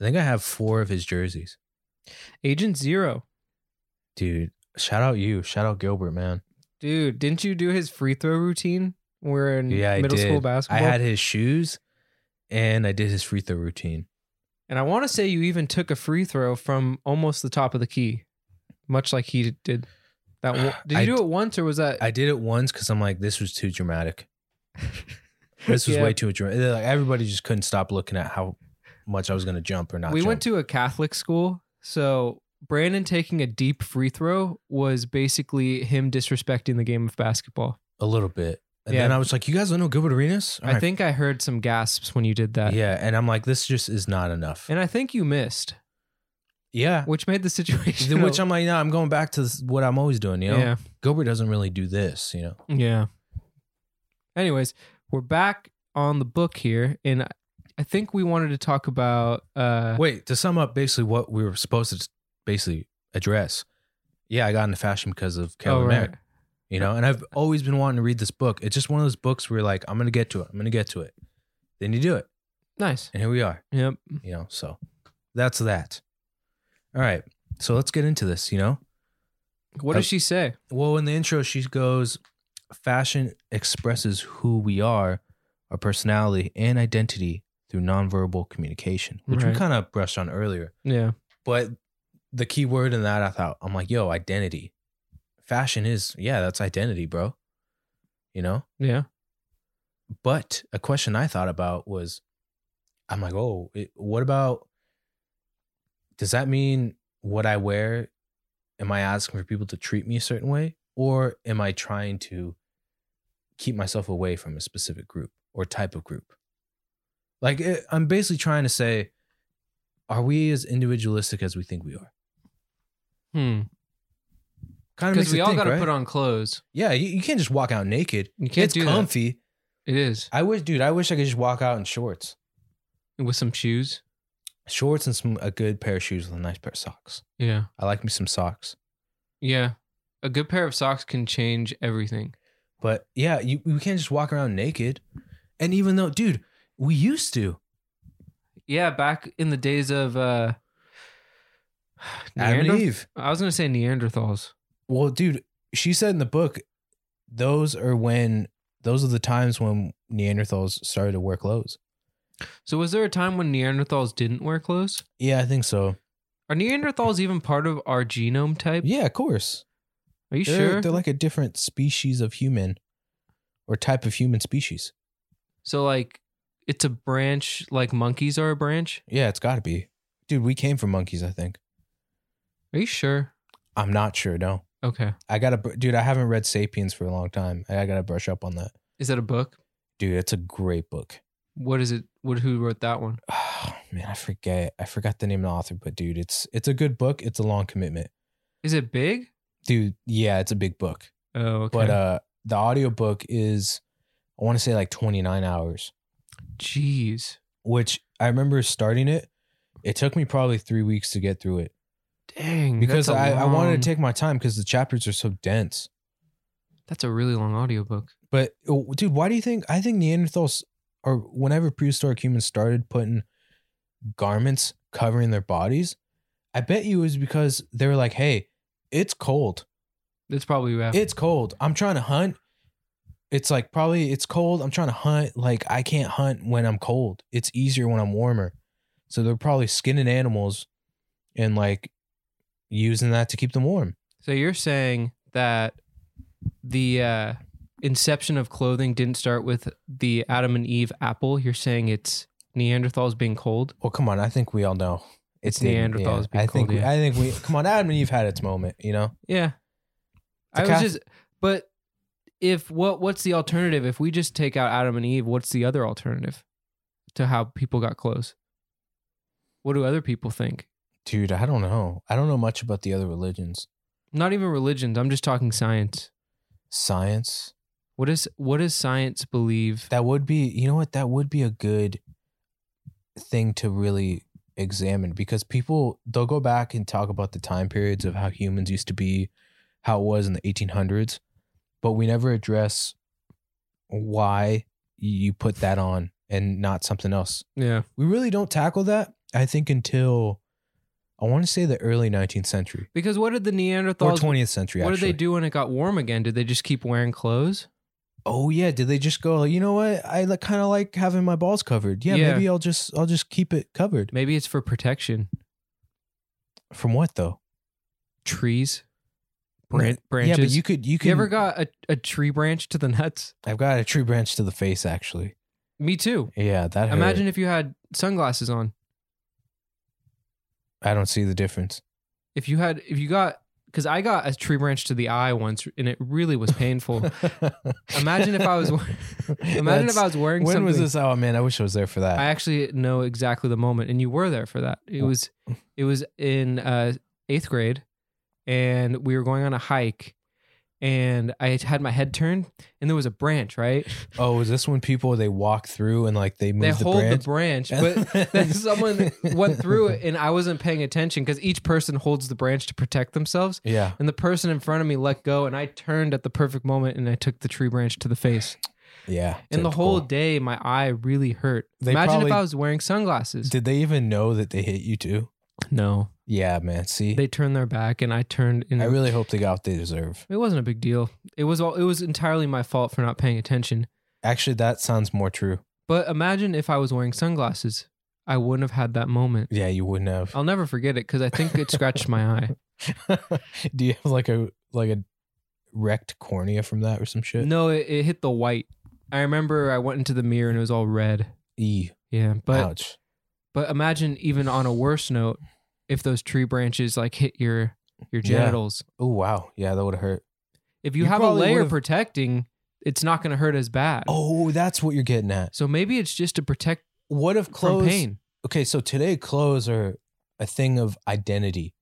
Speaker 2: I think I have four of his jerseys,
Speaker 1: Agent 0.
Speaker 2: dude. Shout out you, shout out Gilbert, man.
Speaker 1: Dude, didn't you do his free throw routine? when we We're in
Speaker 2: Yeah, I
Speaker 1: middle
Speaker 2: did.
Speaker 1: school basketball.
Speaker 2: I had his shoes, and I did his free throw routine.
Speaker 1: And I want to say you even took a free throw from almost the top of the key, much like he did. That one- did you
Speaker 2: I-
Speaker 1: do it once or was that?
Speaker 2: I did it once because I'm like, this was too dramatic. This was
Speaker 1: Yeah.
Speaker 2: way too dramatic. Like everybody just couldn't stop looking at how much I was going to jump or not.
Speaker 1: we went to a Catholic school, so Brandon taking a deep free throw was basically him disrespecting the game of basketball.
Speaker 2: a little bit, and
Speaker 1: Yeah.
Speaker 2: then I was like, you guys don't know Gilbert Arenas? All
Speaker 1: I
Speaker 2: right.
Speaker 1: think I heard some gasps when you did that.
Speaker 2: yeah, and I'm like, this just is not enough.
Speaker 1: And I think you missed,
Speaker 2: yeah,
Speaker 1: which made the situation.
Speaker 2: which I'm like, no, I'm going back to this, what I'm always doing. You know,
Speaker 1: yeah,
Speaker 2: Gilbert doesn't really do this. You know,
Speaker 1: yeah. Anyways, we're back on the book here, and I- I think we wanted to talk about. uh
Speaker 2: wait to sum up basically what we were supposed to basically address. Yeah, I got into fashion because of Carol
Speaker 1: oh, right.
Speaker 2: Merritt. you know and i've always been wanting to read this book it's just one of those books where you're like i'm gonna get to it i'm gonna get to it then you do it
Speaker 1: Nice.
Speaker 2: and here we are
Speaker 1: Yep.
Speaker 2: you know so that's that all right so let's get into this you know
Speaker 1: What
Speaker 2: Uh,
Speaker 1: does she say?
Speaker 2: well in the intro she goes fashion expresses who we are our personality and identity through nonverbal communication which
Speaker 1: Right.
Speaker 2: we kind of brushed on earlier
Speaker 1: Yeah.
Speaker 2: but the key word in that i thought i'm like yo identity fashion is yeah that's identity bro you know
Speaker 1: Yeah.
Speaker 2: But a question I thought about was, I'm like, oh, it, what about? Does that mean what I wear? Am I asking for people to treat me a certain way, or am I trying to keep myself away from a specific group or type of group? Like, it, I'm basically trying to say, are we as individualistic as we think we are?
Speaker 1: Hmm.
Speaker 2: Kind
Speaker 1: Because we all got
Speaker 2: got
Speaker 1: to put on clothes.
Speaker 2: Yeah, you, you can't just walk out naked.
Speaker 1: You can't
Speaker 2: it's
Speaker 1: do
Speaker 2: comfy.
Speaker 1: that. It is
Speaker 2: I wish, dude. I wish I could just walk out in shorts.
Speaker 1: with some shoes.
Speaker 2: shorts and some a good pair of shoes with a nice pair of socks.
Speaker 1: Yeah.
Speaker 2: I like me some socks.
Speaker 1: Yeah. A good pair of socks can change everything.
Speaker 2: But yeah, you, you can't just walk around naked. And even though, dude, we used to.
Speaker 1: Yeah. Back in the days of uh,
Speaker 2: Adam and
Speaker 1: Neanderth-
Speaker 2: Eve.
Speaker 1: I was gonna say Neanderthals.
Speaker 2: Well, dude, she said in the book, those are when those are the times when Neanderthals started to wear clothes.
Speaker 1: So was there a time when Neanderthals didn't wear clothes?
Speaker 2: Yeah, I think so.
Speaker 1: Are Neanderthals even part of our genome type?
Speaker 2: Yeah, of course.
Speaker 1: Are you
Speaker 2: they're,
Speaker 1: sure?
Speaker 2: They're like a different species of human or type of human species.
Speaker 1: so like, it's a branch. Like monkeys are a branch.
Speaker 2: Yeah, it's got to be. Dude, we came from monkeys, I think.
Speaker 1: Are you sure?
Speaker 2: I'm not sure, no.
Speaker 1: Okay.
Speaker 2: I gotta, br- dude. I haven't read *Sapiens* for a long time. I gotta brush up on that,
Speaker 1: Is that a book?
Speaker 2: dude. It's a great book.
Speaker 1: What is it? What? Who wrote that one?
Speaker 2: Oh, man, I forget. I forgot the name of the author, but dude, it's it's a good book. It's a long commitment,
Speaker 1: Is it big?
Speaker 2: dude. Yeah, it's a big book.
Speaker 1: Oh, okay.
Speaker 2: But uh, the audiobook is, I want to say like twenty nine hours.
Speaker 1: Jeez.
Speaker 2: Which I remember starting it. It took me probably three weeks to get through it
Speaker 1: Dang.
Speaker 2: because
Speaker 1: that's a
Speaker 2: I, I wanted
Speaker 1: long-
Speaker 2: to take my time because the chapters are so dense.
Speaker 1: That's a really long audiobook.
Speaker 2: But oh, dude, why do you think? I think Neanderthals or whenever prehistoric humans started putting garments covering their bodies, I bet you it was because they were like, "Hey, it's cold.
Speaker 1: It's probably yeah.
Speaker 2: It's cold. I'm trying to hunt. it's like probably it's cold. I'm trying to hunt. Like I can't hunt when I'm cold. It's easier when I'm warmer. So they're probably skinning animals and like using that to keep them warm.
Speaker 1: So you're saying that the uh, inception of clothing didn't start with the Adam and Eve apple. You're saying it's Neanderthals being cold.
Speaker 2: Well, come on. I think we all know
Speaker 1: It's
Speaker 2: the-
Speaker 1: Neanderthals
Speaker 2: yeah,
Speaker 1: being
Speaker 2: I think
Speaker 1: cold,
Speaker 2: we,
Speaker 1: yeah.
Speaker 2: I think we come on. Adam and Eve had its moment. You know.
Speaker 1: Yeah,
Speaker 2: The
Speaker 1: I
Speaker 2: cat-
Speaker 1: was just. But if what what's the alternative? If we just take out Adam and Eve, what's the other alternative to how people got clothes? What do other people think?
Speaker 2: Dude, I don't know. I don't know much about the other religions.
Speaker 1: Not even religions. I'm just talking science.
Speaker 2: Science.
Speaker 1: What is what does science believe?
Speaker 2: That would be, you know what? That would be a good thing to really examine because people, they'll go back and talk about the time periods of how humans used to be, how it was in the 1800s, but we never address why you put that on and not something else.
Speaker 1: yeah,
Speaker 2: We really don't tackle that, I think, until I want to say the early 19th century
Speaker 1: because what did the
Speaker 2: or
Speaker 1: Neanderthals?
Speaker 2: 20th century.
Speaker 1: what did
Speaker 2: actually.
Speaker 1: they do when it got warm again? Did they just keep wearing clothes?
Speaker 2: oh yeah did they just go you know what i like, kind of like having my balls covered yeah,
Speaker 1: Yeah.
Speaker 2: maybe i'll just i'll just keep it covered
Speaker 1: Maybe it's for protection.
Speaker 2: from what though
Speaker 1: Trees, bran-
Speaker 2: yeah
Speaker 1: branches.
Speaker 2: but you could you
Speaker 1: you,
Speaker 2: could
Speaker 1: ever got a, a tree branch to the nuts?
Speaker 2: i've got a tree branch to the face actually
Speaker 1: Me too.
Speaker 2: yeah that hurt.
Speaker 1: Imagine if you had sunglasses on.
Speaker 2: i don't see the difference
Speaker 1: If you had, if you got, because I got a tree branch to the eye once, and it really was painful. Imagine if I was. Imagine if I was wearing.
Speaker 2: when
Speaker 1: something.
Speaker 2: was this oh man i wish i was there for that
Speaker 1: I actually know exactly the moment, and you were there for that. It was it was in uh, eighth grade, and we were going on a hike, and I had my head turned, and there was a branch. Right,
Speaker 2: oh is this when people they walk through and like they move
Speaker 1: they
Speaker 2: the
Speaker 1: hold
Speaker 2: branch
Speaker 1: the branch, but then someone went through it, and I wasn't paying attention because each person holds the branch to protect themselves.
Speaker 2: yeah
Speaker 1: And the person in front of me let go, and I turned at the perfect moment, and I took the tree branch to the face.
Speaker 2: yeah
Speaker 1: And the
Speaker 2: typical.
Speaker 1: whole day, my eye really hurt.
Speaker 2: They
Speaker 1: Imagine
Speaker 2: probably-
Speaker 1: if I was wearing sunglasses.
Speaker 2: did they even know that they hit you too
Speaker 1: no,
Speaker 2: yeah man see
Speaker 1: they turned their back and I turned and
Speaker 2: I really hope they got what they deserve.
Speaker 1: it wasn't a big deal. It was all it was entirely my fault for not paying attention.
Speaker 2: Actually, that sounds more true.
Speaker 1: But imagine if I was wearing sunglasses. I wouldn't have had that moment.
Speaker 2: Yeah, you wouldn't have.
Speaker 1: I'll never forget it because I think it scratched my eye. Oh.
Speaker 2: Do you have like a like a wrecked cornea from that or some shit?
Speaker 1: No, it, it hit the white. I remember I went into the mirror and it was all red.
Speaker 2: E.
Speaker 1: Yeah, but
Speaker 2: Ouch.
Speaker 1: but imagine even on a worse note, if those tree branches like hit your your
Speaker 2: Yeah.
Speaker 1: genitals.
Speaker 2: Oh wow. Yeah, that would have hurt.
Speaker 1: If you,
Speaker 2: You
Speaker 1: have a
Speaker 2: probably
Speaker 1: layer
Speaker 2: would've-
Speaker 1: protecting, it's not going to hurt as bad.
Speaker 2: Oh, that's what you're getting at.
Speaker 1: So maybe it's just to protect
Speaker 2: What if clothes?
Speaker 1: from pain.
Speaker 2: Okay, so today clothes are a thing of identity.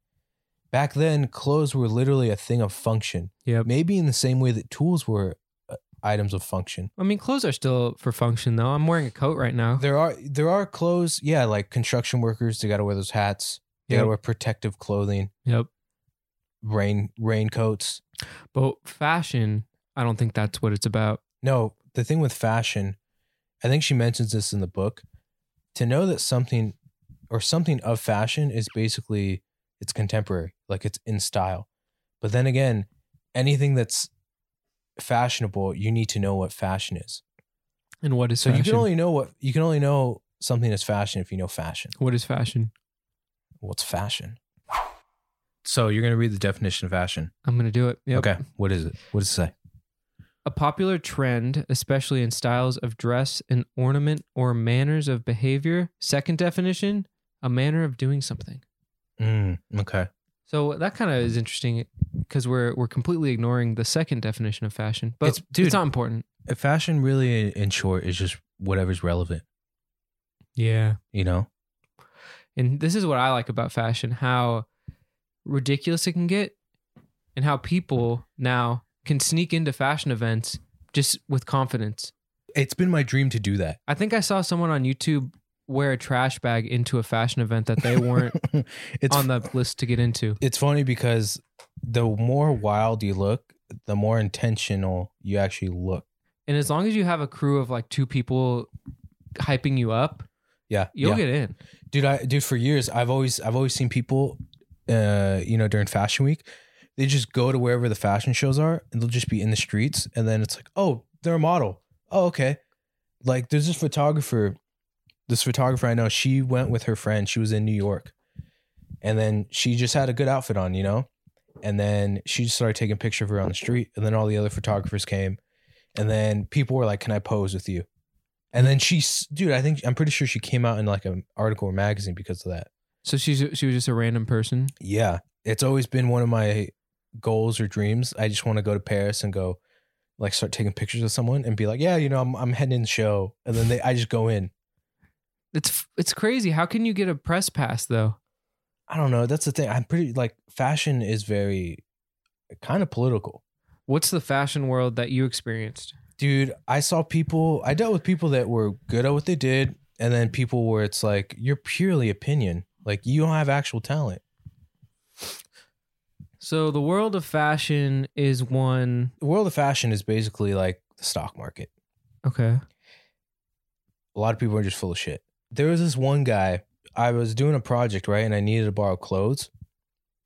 Speaker 2: Back then, clothes were literally a thing of function.
Speaker 1: Yep.
Speaker 2: Maybe in the same way that tools were uh, items of function.
Speaker 1: I mean, clothes are still for function though. I'm wearing a coat right now.
Speaker 2: There are there are clothes, yeah, like construction workers, they got to wear those hats. They got
Speaker 1: Yep.
Speaker 2: to wear protective clothing,
Speaker 1: Yep.
Speaker 2: rain raincoats.
Speaker 1: But fashion, I don't think that's what it's about.
Speaker 2: No, the thing with fashion, I think she mentions this in the book. To know that something or something of fashion is basically it's contemporary, like it's in style. But then again, anything that's fashionable, you need to know what fashion is.
Speaker 1: And what is
Speaker 2: So
Speaker 1: fashion?
Speaker 2: you can only know what you can only know something is fashion if you know fashion.
Speaker 1: what is fashion?
Speaker 2: What's fashion? So you're gonna read the definition of fashion.
Speaker 1: I'm gonna do it. Yep.
Speaker 2: Okay. What is it? What does it say?
Speaker 1: A popular trend, especially in styles of dress and ornament or manners of behavior. Second definition, a manner of doing something.
Speaker 2: Mm, okay.
Speaker 1: So that kind of is interesting because we're we're completely ignoring the second definition of fashion. But
Speaker 2: It's- dude.
Speaker 1: it's not important.
Speaker 2: Fashion really in short is just whatever's relevant,
Speaker 1: Yeah.
Speaker 2: you know?
Speaker 1: And this is what I like about fashion how ridiculous it can get and how people now can sneak into fashion events just with confidence.
Speaker 2: it's been my dream to do that.
Speaker 1: I think I saw someone on YouTube wear a trash bag into a fashion event that they weren't
Speaker 2: it's
Speaker 1: on the list to get into.
Speaker 2: it's funny because the more wild you look, the more intentional you actually look.
Speaker 1: And as long as you have a crew of like two people hyping you up,
Speaker 2: Yeah,
Speaker 1: you'll
Speaker 2: yeah.
Speaker 1: get in.
Speaker 2: dude. I dude for years I've always I've always seen people, uh, you know, during Fashion Week, they just go to wherever the fashion shows are and they'll just be in the streets, and then it's like, oh, they're a model. Oh, okay. Like there's this photographer, this photographer I know, she went with her friend. She was in New York. And then she just had a good outfit on, you know? And then she just started taking pictures of her on the street. And then all the other photographers came. And then people were like, Can I pose with you? And then she, s- dude, I think, I'm pretty sure she came out in like an article or magazine because of that.
Speaker 1: So she's she was just a random person.
Speaker 2: Yeah. It's always been one of my goals or dreams. I just want to go to Paris and go like start taking pictures of someone and be like, yeah, you know, I'm I'm heading in the show. And then they I just go in.
Speaker 1: It's it's crazy. How can you get a press pass though?
Speaker 2: I don't know. That's the thing. I'm pretty like fashion is very kind of political.
Speaker 1: What's the fashion world that you experienced?
Speaker 2: Dude, I saw people I dealt with people that were good at what they did, and then people where it's like, you're purely opinion. Like you don't have actual talent.
Speaker 1: So the world of fashion is one.
Speaker 2: The world of fashion is basically like the stock market.
Speaker 1: Okay.
Speaker 2: a lot of people are just full of shit. There was this one guy, I was doing a project, right? And I needed to borrow clothes.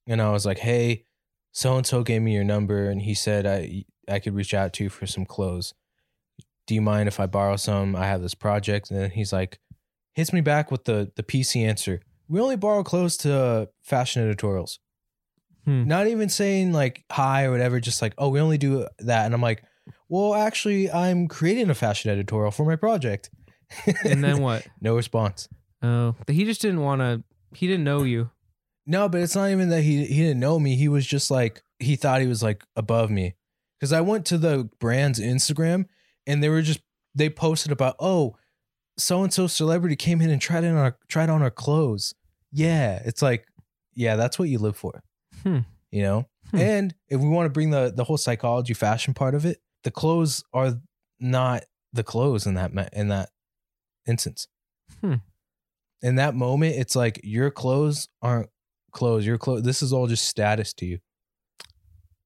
Speaker 2: And I was like, hey, so and so gave me your number and he said I I could reach out to you for some clothes. Do you mind if I borrow some? I have this project. And then he's like, hits me back with the the PC answer. We only borrow clothes to uh, fashion editorials.
Speaker 1: Hmm.
Speaker 2: Not even saying like hi or whatever, just like, oh, we only do that. And I'm like, well, actually, I'm creating a fashion editorial for my project.
Speaker 1: And then what?
Speaker 2: No response.
Speaker 1: Oh, he just didn't want to. He didn't know you.
Speaker 2: No, but it's not even that he he didn't know me. He was just like he thought he was like above me. Cuz I went to the brand's Instagram and they were just they posted about, "Oh, so and so celebrity came in and tried in our tried on our clothes." Yeah, it's like yeah, that's what you live for.
Speaker 1: Hmm.
Speaker 2: You know?
Speaker 1: Hmm.
Speaker 2: And if we want to bring the the whole psychology fashion part of it, the clothes are not the clothes in that ma- in that instance.
Speaker 1: Hmm.
Speaker 2: In that moment, it's like your clothes aren't clothes. Your clothes. This is all just status to you.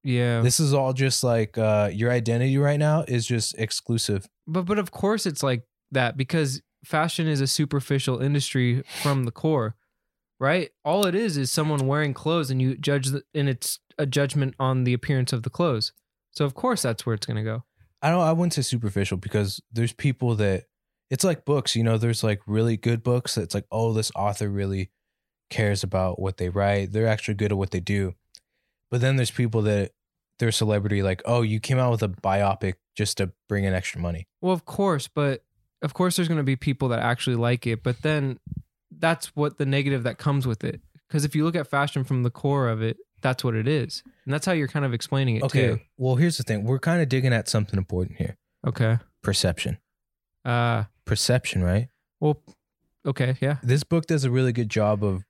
Speaker 1: Yeah.
Speaker 2: This is all just like uh, your identity right now is just exclusive.
Speaker 1: but but of course it's like that because fashion is a superficial industry from the core, right? All it is is someone wearing clothes, and you judge, the, and it's a judgment on the appearance of the clothes. So of course that's where it's gonna go.
Speaker 2: I don't. I wouldn't say superficial because there's people that it's like books. You know, there's like really good books. That's like, oh, this author really cares about what they write. They're actually good at what they do. But then there's people that they're a celebrity. Like, oh, you came out with a biopic just to bring in extra money.
Speaker 1: Well, of course, but of course there's going to be people that actually like it, but then that's what the negative that comes with it. Because if you look at fashion from the core of it, that's what it is, and that's how you're kind of explaining it
Speaker 2: Okay.
Speaker 1: too.
Speaker 2: Well, here's the thing. We're kind of digging at something important here.
Speaker 1: Okay.
Speaker 2: Perception.
Speaker 1: Uh.
Speaker 2: Perception, right?
Speaker 1: Well. Okay. Yeah.
Speaker 2: this book does a really good job of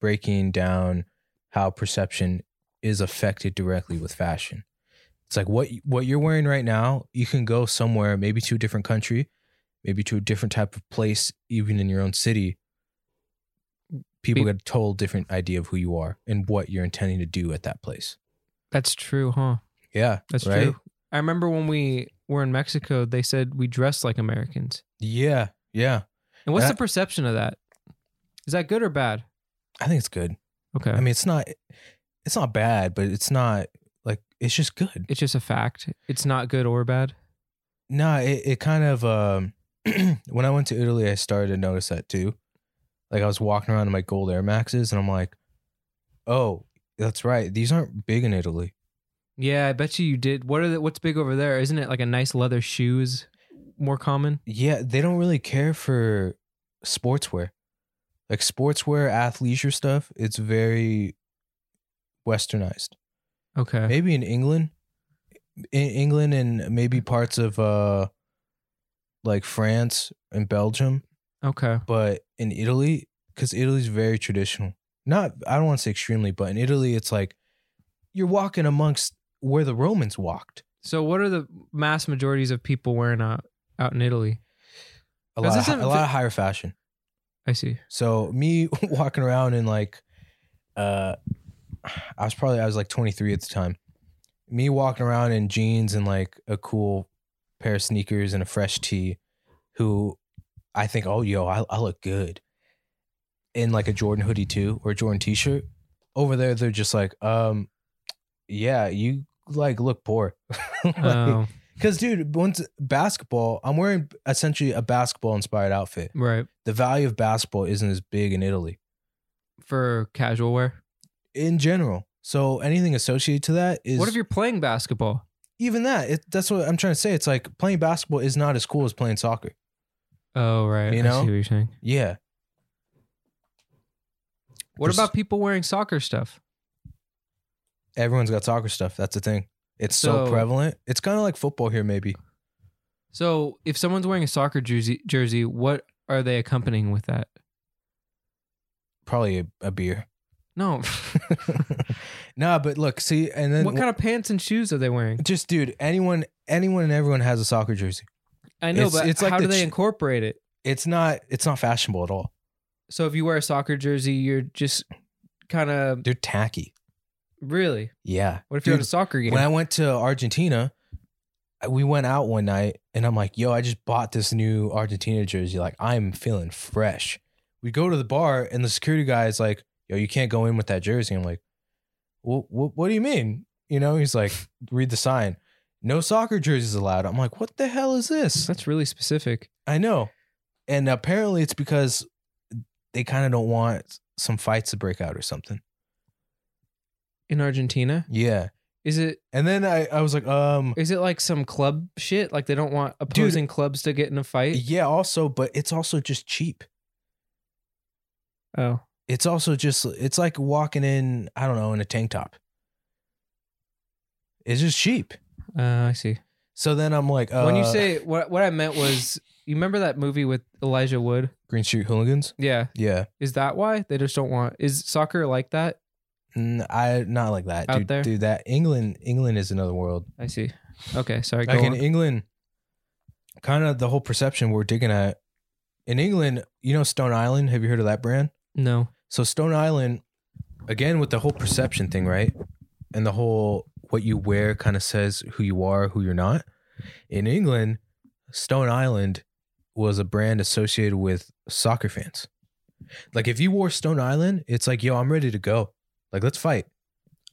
Speaker 2: breaking down how perception is affected directly with fashion. It's like what what you're wearing right now, you can go somewhere, maybe to a different country, maybe to a different type of place, even in your own city. People
Speaker 1: Be-
Speaker 2: get a total different idea of who you are and what you're intending to do at that place.
Speaker 1: That's true, huh?
Speaker 2: Yeah,
Speaker 1: That's
Speaker 2: right?
Speaker 1: true. I remember when we were in Mexico, they said we dress like Americans.
Speaker 2: Yeah, yeah.
Speaker 1: And what's
Speaker 2: That-
Speaker 1: the perception of that? Is that good or bad?
Speaker 2: I think it's good.
Speaker 1: Okay.
Speaker 2: I mean, it's not it's not bad, but it's not like it's just good.
Speaker 1: it's just a fact. It's not good or bad.
Speaker 2: No, it, it kind of um when I went to Italy, I started to notice that too. Like I was walking around in my gold Air Maxes and I'm like, "Oh, that's right. These aren't big in Italy."
Speaker 1: Yeah, I bet you you did. What are the, what's big over there? Isn't it like a nice leather shoes more common?
Speaker 2: Yeah, they don't really care for sportswear. Like sportswear, athleisure stuff, it's very westernized.
Speaker 1: Okay.
Speaker 2: Maybe in England, in England and maybe parts of uh like France and Belgium,
Speaker 1: Okay.
Speaker 2: but in Italy, because Italy's very traditional. Not, I don't want to say extremely, but in Italy, it's like you're walking amongst where the Romans walked.
Speaker 1: So what are the mass majorities of people wearing out out in Italy?
Speaker 2: A
Speaker 1: Does
Speaker 2: lot, of,
Speaker 1: this
Speaker 2: hi- a lot of higher fashion.
Speaker 1: I see.
Speaker 2: So me walking around in like, uh, I was probably I was like 23 at the time. Me walking around in jeans and like a cool pair of sneakers and a fresh tee, who I think, oh yo, I, I look good, in like a Jordan hoodie too or a Jordan t-shirt. Over there, they're just like, um, yeah, you like look poor. Like,
Speaker 1: Oh,
Speaker 2: Because, dude, once basketball, I'm wearing essentially a basketball inspired outfit.
Speaker 1: Right.
Speaker 2: The value of basketball isn't as big in Italy
Speaker 1: For casual wear.
Speaker 2: in general. So anything associated to that is
Speaker 1: What if you're playing basketball?
Speaker 2: even that. It, that's what I'm trying to say. It's like playing basketball is not as cool as playing soccer.
Speaker 1: Oh, right.
Speaker 2: You
Speaker 1: I
Speaker 2: know?
Speaker 1: see what you're saying.
Speaker 2: Yeah.
Speaker 1: What
Speaker 2: Pers-
Speaker 1: about people wearing soccer stuff?
Speaker 2: Everyone's got soccer stuff. That's the thing. It's so,
Speaker 1: So-
Speaker 2: prevalent. It's kind of like football here, maybe.
Speaker 1: So if someone's wearing a soccer jersey, jersey, what are they accompanying with that?
Speaker 2: Probably a, a beer.
Speaker 1: No.
Speaker 2: nah, but look, see, and then
Speaker 1: what kind of pants and shoes are they wearing?
Speaker 2: just dude, anyone, anyone, and everyone has a soccer jersey.
Speaker 1: I know,
Speaker 2: It's-
Speaker 1: but
Speaker 2: it's like
Speaker 1: how do
Speaker 2: the
Speaker 1: they
Speaker 2: ch-
Speaker 1: incorporate it?
Speaker 2: It's not, it's not fashionable at all.
Speaker 1: So if you wear a soccer jersey, you're just kind of
Speaker 2: They're tacky.
Speaker 1: really.
Speaker 2: Yeah.
Speaker 1: What if you're at
Speaker 2: Dude,
Speaker 1: a soccer game?
Speaker 2: When I went to Argentina, I- we went out one night and I'm like, yo, I just bought this new Argentina jersey. Like, I'm feeling fresh. We go to the bar and the security guy is like, yo, you can't go in with that jersey. I'm like, well, what, what do you mean? You know, he's like, read the sign. No soccer jerseys allowed. I'm like, what the hell is this?
Speaker 1: That's really specific.
Speaker 2: I know. And apparently it's because they kind of don't want some fights to break out or something.
Speaker 1: In Argentina,
Speaker 2: Yeah.
Speaker 1: is it
Speaker 2: And then I, I was like, um,
Speaker 1: is it like some club shit? Like they don't want opposing clubs to get in a fight?
Speaker 2: yeah, also, but it's also just cheap.
Speaker 1: Oh,
Speaker 2: It's also just, it's like walking in, I don't know, in a tank top. It's just cheap.
Speaker 1: uh, I see.
Speaker 2: So then I'm like, uh,
Speaker 1: when you say what what I meant was, you remember that movie with Elijah Wood?
Speaker 2: Green Street Hooligans?
Speaker 1: Yeah,
Speaker 2: Yeah.
Speaker 1: is that why they just don't want? Is soccer like that?
Speaker 2: Mm, I not like that,
Speaker 1: Out
Speaker 2: dude.
Speaker 1: there?
Speaker 2: Dude, that England, England is another world.
Speaker 1: I see. Okay, sorry. Go
Speaker 2: like in
Speaker 1: on.
Speaker 2: England, kind of the whole perception we're digging at. In England, you know Stone Island. Have you heard of that brand?
Speaker 1: no.
Speaker 2: So Stone Island, again with the whole perception thing, right? And the whole what you wear kind of says who you are, who you're not. In England, Stone Island was a brand associated with soccer fans. Like if you wore Stone Island, it's like, yo, I'm ready to go. Like let's fight.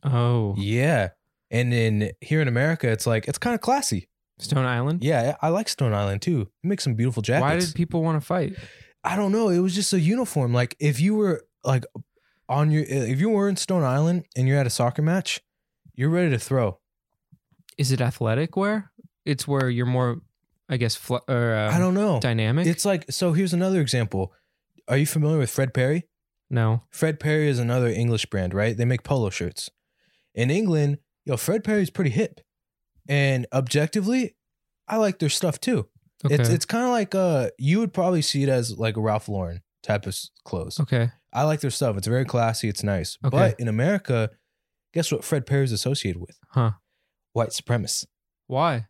Speaker 1: Oh,
Speaker 2: Yeah. And in here in America, it's like it's kind of classy.
Speaker 1: Stone Island.
Speaker 2: Yeah, I I like Stone Island too. It makes some beautiful jackets.
Speaker 1: Why did people want to fight?
Speaker 2: I don't know. It was just a uniform. Like if you were like on your if you were in Stone Island and you're at a soccer match, you're ready to throw.
Speaker 1: Is it athletic wear? It's where you're more, I guess, fl- or uh,
Speaker 2: I don't know.
Speaker 1: dynamic.
Speaker 2: It's like so. Here's another example. Are you familiar with Fred Perry?
Speaker 1: no.
Speaker 2: Fred Perry is another English brand, right? They make polo shirts. In England, yo, Fred Perry's pretty hip, and objectively, I like their stuff too.
Speaker 1: Okay.
Speaker 2: It's it's kind of like uh, you would probably see it as like a Ralph Lauren type of s- clothes.
Speaker 1: okay.
Speaker 2: I like their stuff. It's very classy. It's nice.
Speaker 1: Okay.
Speaker 2: But in America, guess what Fred Perry's associated with?
Speaker 1: Huh.
Speaker 2: White supremacists.
Speaker 1: Why?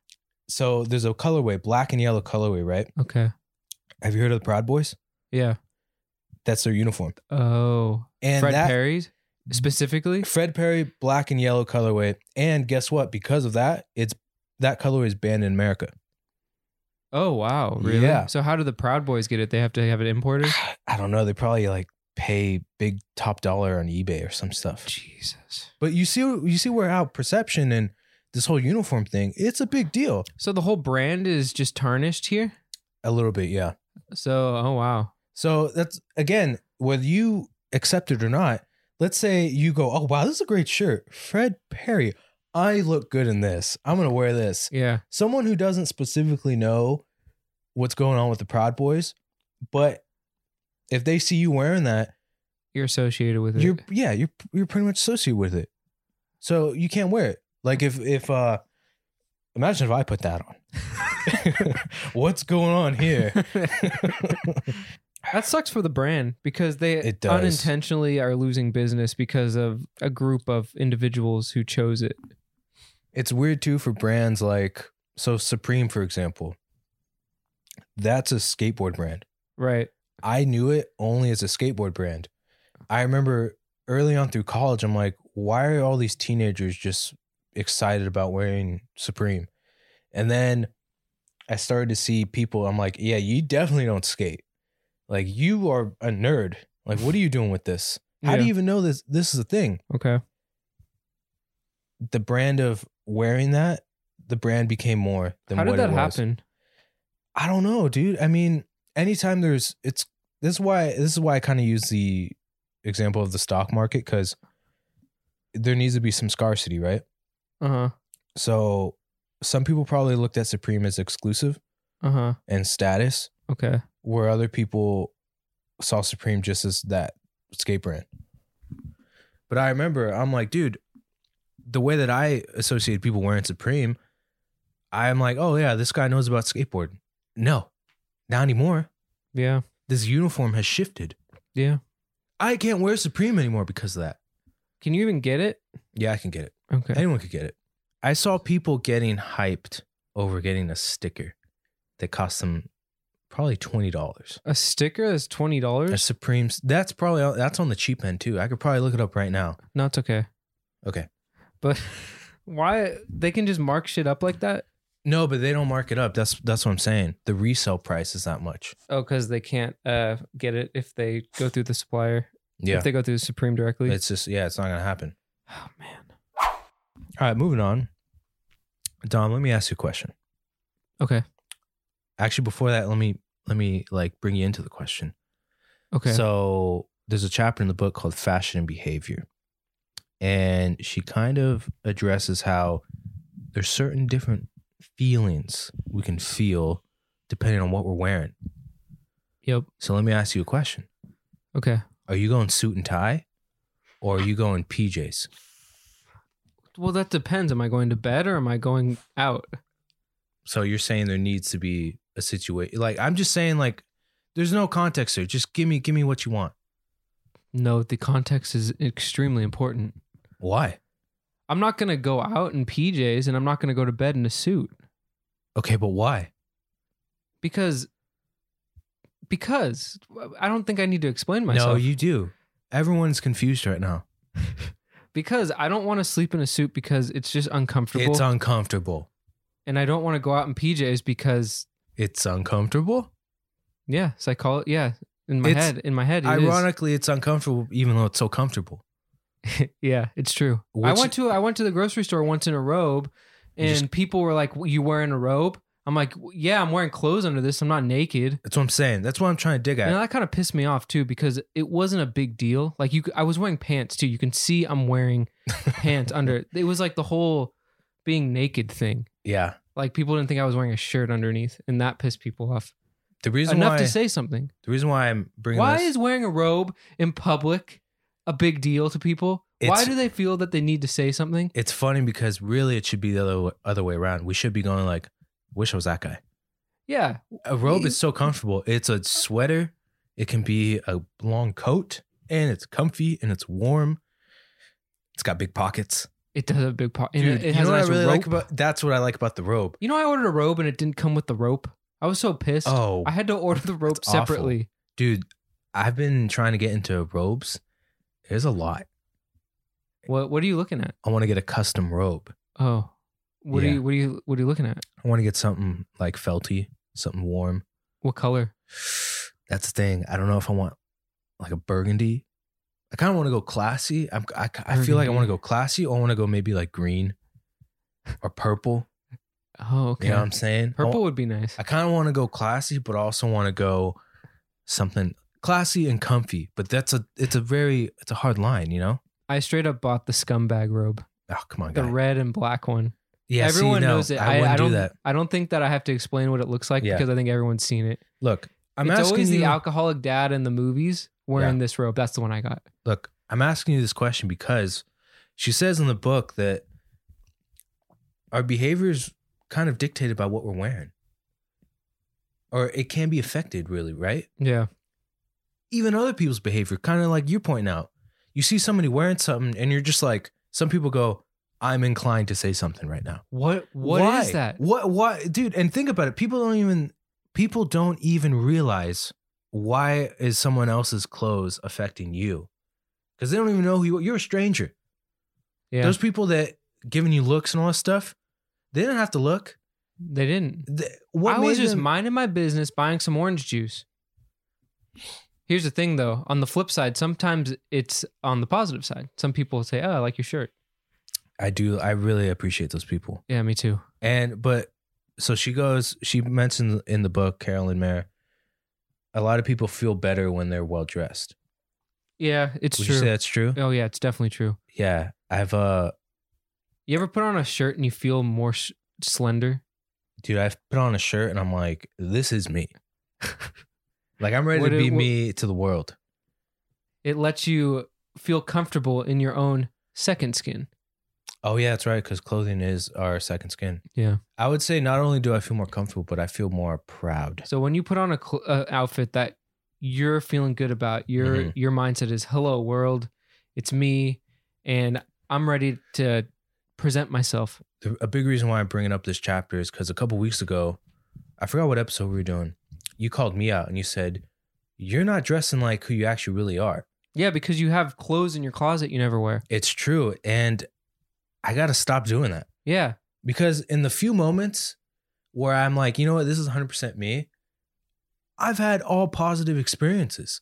Speaker 2: So there's a colorway, black and yellow colorway, right?
Speaker 1: Okay.
Speaker 2: Have you heard of the Proud Boys?
Speaker 1: Yeah.
Speaker 2: That's their uniform.
Speaker 1: Oh.
Speaker 2: And
Speaker 1: Fred
Speaker 2: that
Speaker 1: Perry's specifically.
Speaker 2: Fred Perry, black and yellow colorway. And guess what? Because of that, it's that colorway is banned in America.
Speaker 1: Oh wow, really?
Speaker 2: Yeah.
Speaker 1: So how do the Proud Boys get it? They have to have it imported.
Speaker 2: I don't know. They probably like pay big top dollar on eBay or some stuff.
Speaker 1: Jesus.
Speaker 2: But you see, you see where out perception and this whole uniform thing, it's a big deal.
Speaker 1: So the whole brand is just tarnished here.
Speaker 2: A little bit, yeah.
Speaker 1: So oh wow.
Speaker 2: So that's again, whether you accept it or not, let's say you go, Oh wow, this is a great shirt. Fred Perry, I look good in this. I'm gonna wear this.
Speaker 1: Yeah.
Speaker 2: Someone who doesn't specifically know what's going on with the Proud Boys, but if they see you wearing that,
Speaker 1: You're associated with it.
Speaker 2: you're yeah, you're you're pretty much associated with it. So you can't wear it. Like if if uh imagine if I put that on. what's going on here?
Speaker 1: that sucks for the brand because they
Speaker 2: It does.
Speaker 1: unintentionally are losing business because of a group of individuals who chose it.
Speaker 2: it's weird too for brands like so Supreme, for example. That's a skateboard brand.
Speaker 1: Right.
Speaker 2: I knew it only as a skateboard brand. I remember early on through college, I'm like, why are all these teenagers just excited about wearing Supreme? And then I started to see people, I'm like, yeah, you definitely don't skate. Like, you are a nerd. Like, what are you doing with this? How do
Speaker 1: Yeah.
Speaker 2: you even know this? This is a thing.
Speaker 1: Okay.
Speaker 2: the brand of wearing that the brand became more than
Speaker 1: How did
Speaker 2: what
Speaker 1: that
Speaker 2: it was.
Speaker 1: happen?
Speaker 2: I don't know, dude. I mean, anytime there's it's this is why this is why I kind of use the example of the stock market because there needs to be some scarcity, right?
Speaker 1: Uh huh.
Speaker 2: So some people probably looked at Supreme as exclusive
Speaker 1: Uh huh.
Speaker 2: and status,
Speaker 1: Okay.
Speaker 2: where other people saw Supreme just as that skate brand. But I remember I'm like, dude, the way that I associate people wearing Supreme, I'm like, oh yeah, this guy knows about skateboard. No, not anymore.
Speaker 1: Yeah.
Speaker 2: This uniform has shifted.
Speaker 1: Yeah.
Speaker 2: I can't wear Supreme anymore because of that.
Speaker 1: Can you even get it?
Speaker 2: Yeah, I can get it.
Speaker 1: Okay.
Speaker 2: Anyone could get it. I saw people getting hyped over getting a sticker that cost them probably twenty dollars.
Speaker 1: A sticker that's twenty
Speaker 2: A
Speaker 1: dollars.
Speaker 2: Supreme. That's probably that's on the cheap end too. I could probably look it up right now.
Speaker 1: No, it's okay.
Speaker 2: Okay.
Speaker 1: But why they can just mark shit up like that?
Speaker 2: No, but they don't mark it up. That's that's what I'm saying. The resale price is that much.
Speaker 1: Oh, because they can't uh, get it if they go through the supplier.
Speaker 2: Yeah,
Speaker 1: If they go through Supreme directly.
Speaker 2: it's just yeah, it's not gonna happen.
Speaker 1: oh man.
Speaker 2: All right, moving on. Dom, let me ask you a question.
Speaker 1: Okay.
Speaker 2: Actually, before that, let me let me like bring you into the question.
Speaker 1: Okay.
Speaker 2: So there's a chapter in the book called Fashion and Behavior. And she kind of addresses how there's certain different feelings we can feel depending on what we're wearing.
Speaker 1: yep.
Speaker 2: So let me ask you a question.
Speaker 1: Okay.
Speaker 2: Are you going suit and tie or are you going PJs?
Speaker 1: Well, that depends. Am I going to bed or am I going out?
Speaker 2: So you're saying there needs to be a situation like I'm just saying like there's no context here. Just give me give me what you want.
Speaker 1: No, the context is extremely important.
Speaker 2: Why?
Speaker 1: I'm not gonna go out in PJs and I'm not gonna go to bed in a suit
Speaker 2: Okay, but why?
Speaker 1: because because I don't think I need to explain myself.
Speaker 2: No, you do. Everyone's confused right now.
Speaker 1: because I don't want to sleep in a suit because it's just uncomfortable,
Speaker 2: It's uncomfortable.
Speaker 1: and I don't want to go out in PJs because
Speaker 2: It's uncomfortable.
Speaker 1: yeah, psychol yeah. In my
Speaker 2: It's
Speaker 1: head, in my head, it is.
Speaker 2: Ironically, it's uncomfortable, even though it's so comfortable.
Speaker 1: yeah, it's true. I
Speaker 2: Which-
Speaker 1: went to I went to the grocery store once in a robe,
Speaker 2: You
Speaker 1: and
Speaker 2: just-
Speaker 1: people were like, "You wearing a robe?" I'm like, "Yeah, I'm wearing clothes under this. I'm not naked."
Speaker 2: That's what I'm saying. That's what I'm trying to dig at.
Speaker 1: And that kind of pissed me off too because it wasn't a big deal. Like you, c- I was wearing pants too. You can see I'm wearing pants under. It was like the whole being naked thing.
Speaker 2: yeah.
Speaker 1: Like people didn't think I was wearing a shirt underneath, and that pissed people off
Speaker 2: The reason
Speaker 1: enough
Speaker 2: why
Speaker 1: to say something.
Speaker 2: the reason why I'm bringing
Speaker 1: Why
Speaker 2: this,
Speaker 1: is wearing a robe in public a big deal to people? Why
Speaker 2: It's-
Speaker 1: do they feel that they need to say something?
Speaker 2: it's funny because really it should be the other wa- other way around. We should be going like, "Wish I was that guy."
Speaker 1: Yeah,
Speaker 2: A robe is so comfortable. It's a sweater. It can be a long coat, and it's comfy and it's warm. It's got big pockets.
Speaker 1: it does have a big part. and
Speaker 2: Dude,
Speaker 1: it, it has
Speaker 2: you know
Speaker 1: a
Speaker 2: what
Speaker 1: nice
Speaker 2: I really
Speaker 1: rope.
Speaker 2: like about that's what I like about the robe.
Speaker 1: you know, I ordered a robe and it didn't come with the rope. I was so pissed.
Speaker 2: Oh,
Speaker 1: I had to order the rope
Speaker 2: That's awful.
Speaker 1: separately.
Speaker 2: dude, I've been trying to get into robes. There's a lot.
Speaker 1: What What are you looking at?
Speaker 2: I want to get a custom robe.
Speaker 1: Oh, what are
Speaker 2: Yeah.
Speaker 1: you? What are you? What are you looking at?
Speaker 2: I want to get something like felty, something warm.
Speaker 1: What color?
Speaker 2: That's the thing. I don't know if I want like a burgundy. I kind of want to go classy. I'm, I, I feel like I
Speaker 1: Burgundy.
Speaker 2: want to go classy or I want to go maybe like green or purple.
Speaker 1: Oh, okay.
Speaker 2: You know what I'm saying? I wa-
Speaker 1: Purple would be nice.
Speaker 2: Oh. I kind of want to go classy, but also want to go something classy and comfy. But that's a, it's a very, it's a hard line, you know?
Speaker 1: I straight up bought the scumbag robe,
Speaker 2: Oh, come on,
Speaker 1: the
Speaker 2: guy.
Speaker 1: red and black one.
Speaker 2: yeah, see,
Speaker 1: everyone
Speaker 2: no,
Speaker 1: knows it. I,
Speaker 2: I,
Speaker 1: I,
Speaker 2: wouldn't
Speaker 1: don't.
Speaker 2: do that.
Speaker 1: I don't think that I have to explain what it looks like
Speaker 2: Yeah.
Speaker 1: because I think everyone's seen it.
Speaker 2: Look, I'm
Speaker 1: it's
Speaker 2: asking
Speaker 1: always
Speaker 2: you,
Speaker 1: the alcoholic dad in the movies wearing
Speaker 2: Yeah.
Speaker 1: this robe. That's the one I got.
Speaker 2: look, I'm asking you this question because she says in the book that our behavior is kind of dictated by what we're wearing. Or it can be affected, really, right?
Speaker 1: Yeah.
Speaker 2: Even other people's behavior, kind of like you're pointing out. You see somebody wearing something and you're just like, some people go, I'm inclined to say something right now.
Speaker 1: What? What is
Speaker 2: Why?
Speaker 1: that?
Speaker 2: What why dude, and think about it. People don't even people don't even realize why is someone else's clothes affecting you? Cuz they don't even know who you are. You're a stranger.
Speaker 1: Yeah.
Speaker 2: Those people that giving you looks and all that stuff, they didn't have to look.
Speaker 1: they didn't.
Speaker 2: Th-
Speaker 1: I
Speaker 2: What made
Speaker 1: was just
Speaker 2: them-
Speaker 1: minding my business, buying some orange juice. Here's the thing, though. On the flip side, sometimes it's on the positive side. Some people say, "Oh, I like your shirt."
Speaker 2: I do. I really appreciate those people.
Speaker 1: Yeah, me too.
Speaker 2: And but so she goes. She mentions in the book, Carolyn Mayer. A lot of people feel better when they're well dressed.
Speaker 1: Yeah, it's
Speaker 2: Would
Speaker 1: true.
Speaker 2: you say that's true?
Speaker 1: oh yeah, it's definitely true.
Speaker 2: Yeah, I've uh,
Speaker 1: You ever put on a shirt and you feel more sh- slender?
Speaker 2: dude, I've put on a shirt and I'm like, this is me. like I'm ready
Speaker 1: What
Speaker 2: to
Speaker 1: it-
Speaker 2: be
Speaker 1: what-
Speaker 2: me to the world.
Speaker 1: It lets you feel comfortable in your own second skin.
Speaker 2: Oh yeah, that's right. Because clothing is our second skin.
Speaker 1: Yeah.
Speaker 2: I would say not only do I feel more comfortable, but I feel more proud.
Speaker 1: So when you put on a cl- uh, outfit that you're feeling good about, your
Speaker 2: Mhm.
Speaker 1: your mindset is hello world, it's me and I'm ready to present myself.
Speaker 2: The- A big reason why I'm bringing up this chapter is because a couple weeks ago, I forgot what episode we were doing. You called me out and you said, "You're not dressing like who you actually really are."
Speaker 1: Yeah, because you have clothes in your closet you never wear.
Speaker 2: It's true, and I got to stop doing that.
Speaker 1: Yeah.
Speaker 2: because in the few moments where I'm like, you know what, this is 100% me, I've had all positive experiences.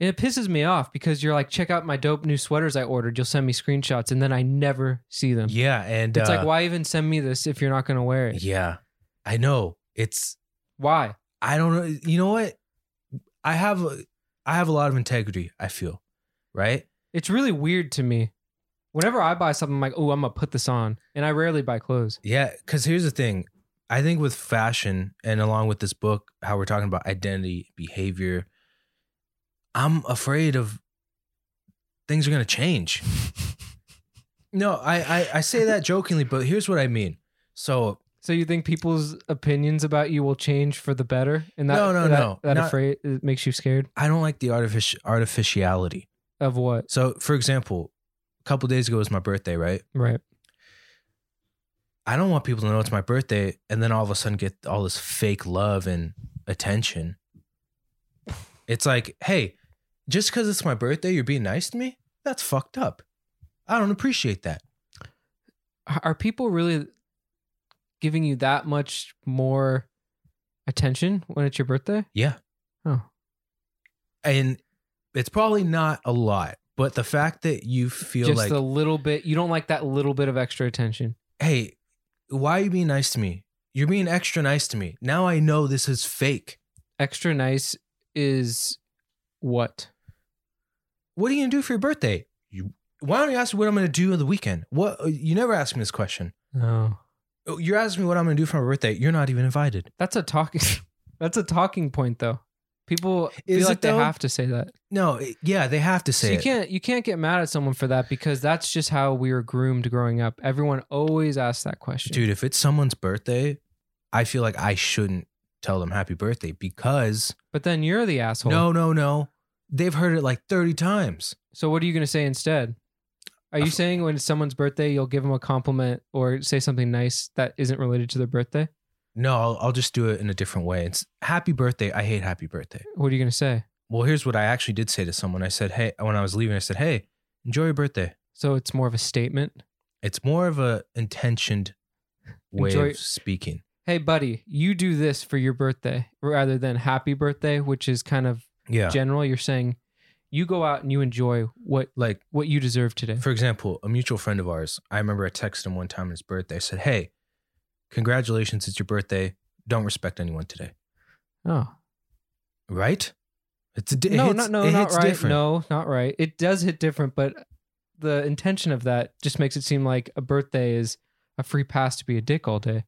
Speaker 1: And it pisses me off because you're like, check out my dope new sweaters I ordered. You'll send me screenshots and then I never see them.
Speaker 2: Yeah, and
Speaker 1: It's like,
Speaker 2: uh,
Speaker 1: why even send me this if you're not going to wear it?
Speaker 2: Yeah, I know. It's
Speaker 1: Why?
Speaker 2: I don't know. You know what? I have a, I have a lot of integrity. I feel right.
Speaker 1: It's really weird to me. Whenever I buy something, I'm like, oh, I'm going to put this on. And I rarely buy clothes.
Speaker 2: Yeah, because here's the thing. I think with fashion and along with this book, how we're talking about identity, behavior, I'm afraid of things are gonna change. no, I, I I say that jokingly, but here's what I mean. So
Speaker 1: So you think people's opinions about you will change for the better? And that,
Speaker 2: No, no,
Speaker 1: that,
Speaker 2: no.
Speaker 1: That
Speaker 2: Not-
Speaker 1: afraid it makes you scared
Speaker 2: I don't like the artifici- artificiality.
Speaker 1: of what?
Speaker 2: So for example, a couple days ago was my birthday, right?
Speaker 1: Right.
Speaker 2: I don't want people to know it's my birthday and then all of a sudden get all this fake love and attention. It's like, hey, just because it's my birthday, you're being nice to me? That's fucked up. I don't appreciate that.
Speaker 1: Are people really giving you that much more attention when it's your birthday?
Speaker 2: Yeah.
Speaker 1: Oh.
Speaker 2: And it's probably not a lot, but the fact that you feel
Speaker 1: Just
Speaker 2: like,
Speaker 1: a little bit. You don't like that little bit of extra attention.
Speaker 2: hey, why are you being nice to me? You're being extra nice to me. Now I know this is fake.
Speaker 1: Extra nice is what?
Speaker 2: What are you gonna do for your birthday? You, why don't you ask me what I'm gonna do on the weekend? What you never ask me this question.
Speaker 1: Oh.
Speaker 2: You're asking me what I'm going to do for my birthday. You're not even invited.
Speaker 1: That's a talking. That's a talking point, though. People
Speaker 2: Is
Speaker 1: feel
Speaker 2: it,
Speaker 1: like they
Speaker 2: though?
Speaker 1: have to say that.
Speaker 2: No, it- yeah, they have to say
Speaker 1: So you
Speaker 2: it.
Speaker 1: can't you can't get mad at someone for that because that's just how we were groomed growing up. Everyone always asks that question.
Speaker 2: Dude, if it's someone's birthday, I feel like I shouldn't tell them happy birthday because
Speaker 1: But then you're the asshole.
Speaker 2: no, no, no. They've heard it like 30 times.
Speaker 1: So what are you going to say instead? Are you saying when it's someone's birthday you'll give them a compliment or say something nice that isn't related to their birthday?
Speaker 2: No, I'll, I'll just do it in a different way. It's happy birthday. I hate happy birthday.
Speaker 1: What are you going to say?
Speaker 2: Well, here's what I actually did say to someone. I said, hey, when I was leaving, I said, hey, enjoy your birthday.
Speaker 1: So it's more of a statement.
Speaker 2: It's more of a intentioned way
Speaker 1: Enjoy-
Speaker 2: of speaking.
Speaker 1: Hey buddy, you do this for your birthday rather than happy birthday, which is kind of
Speaker 2: Yeah.
Speaker 1: general. You're saying you go out and you enjoy what
Speaker 2: like
Speaker 1: what you deserve today.
Speaker 2: For example, a mutual friend of ours, I remember I texted him one time on his birthday. I said, Hey, congratulations, it's your birthday. Don't respect anyone today.
Speaker 1: Oh.
Speaker 2: Right? It's a di- it
Speaker 1: no,
Speaker 2: hits-
Speaker 1: not no,
Speaker 2: it
Speaker 1: not
Speaker 2: hits
Speaker 1: right.
Speaker 2: different.
Speaker 1: No, not right. It does hit different, but the intention of that just makes it seem like a birthday is a free pass to be a dick all day.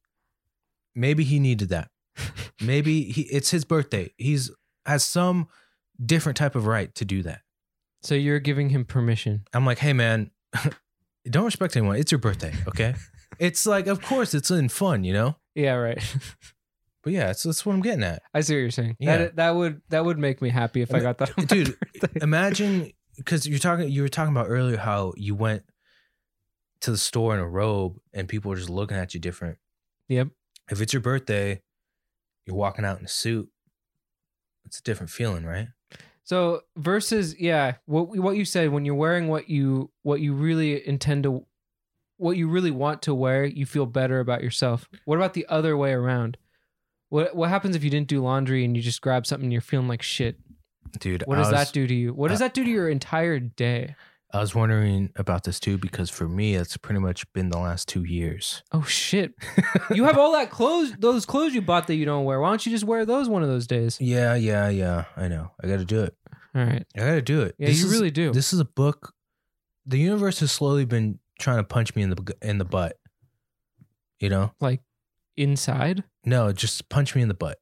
Speaker 2: Maybe he needed that. Maybe he it's his birthday. He's has some different type of right to do that.
Speaker 1: So you're giving him permission.
Speaker 2: I'm like, hey man, don't respect anyone. It's your birthday, okay? it's like, of course, it's in fun, you know?
Speaker 1: Yeah, right.
Speaker 2: But yeah, it's, that's what I'm getting at.
Speaker 1: I see what you're saying.
Speaker 2: Yeah.
Speaker 1: That that would that would make me happy if I got that. on my
Speaker 2: Dude,
Speaker 1: birthday.
Speaker 2: imagine because you're talking you were talking about earlier how you went to the store in a robe and people were just looking at you different
Speaker 1: Yep.
Speaker 2: if it's your birthday you're walking out in a suit it's a different feeling right
Speaker 1: So versus yeah, what what you said when you're wearing what you what you really intend to what you really want to wear, you feel better about yourself. What about the other way around? What what happens if you didn't do laundry and you just grab something and you're feeling like shit?
Speaker 2: dude
Speaker 1: What
Speaker 2: I
Speaker 1: does
Speaker 2: was-
Speaker 1: that do to you? What does that do to your entire day?
Speaker 2: I was wondering about this too because for me, it's pretty much been the last two years.
Speaker 1: Oh shit! You have all that clothes, those clothes you bought that you don't wear. Why don't you just wear those one of those days?
Speaker 2: yeah, yeah, yeah. I know. I got to do it.
Speaker 1: All right.
Speaker 2: I got to do it.
Speaker 1: Yeah,
Speaker 2: This
Speaker 1: you
Speaker 2: is-
Speaker 1: really do.
Speaker 2: This is a book. The universe has slowly been trying to punch me in the in
Speaker 1: Hmm.
Speaker 2: the butt. You know,
Speaker 1: like inside,
Speaker 2: no, just punch me in the butt.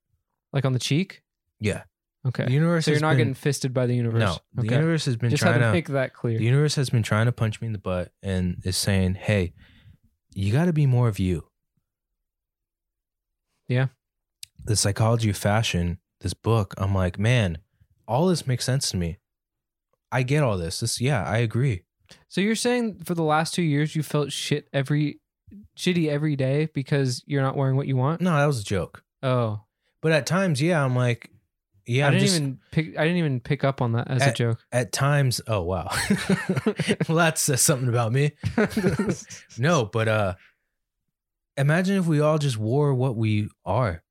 Speaker 1: like on the cheek.
Speaker 2: Yeah.
Speaker 1: Okay.
Speaker 2: The universe.
Speaker 1: so you're
Speaker 2: has
Speaker 1: not
Speaker 2: been-
Speaker 1: getting fisted by the universe.
Speaker 2: No, the
Speaker 1: Okay.
Speaker 2: universe has been
Speaker 1: just had
Speaker 2: trying
Speaker 1: to,
Speaker 2: to
Speaker 1: make that clear.
Speaker 2: The universe has been trying to punch me in the butt and is saying, "Hey, you got to be more of you."
Speaker 1: Yeah.
Speaker 2: The psychology of fashion, this book, I'm like, "Man, all this makes sense to me. I get all this. This yeah, I agree.
Speaker 1: so you're saying for the last two years you felt shit every, shitty every day because you're not wearing what you want.
Speaker 2: No, that was a joke.
Speaker 1: Oh,
Speaker 2: But at times, yeah, I'm like, yeah,
Speaker 1: I
Speaker 2: I'm
Speaker 1: didn't
Speaker 2: just Eh.
Speaker 1: even pick. I didn't even pick up on that as a
Speaker 2: At-
Speaker 1: joke.
Speaker 2: at times, oh wow. well, that says something about me. No, but uh imagine if we all just wore what we are.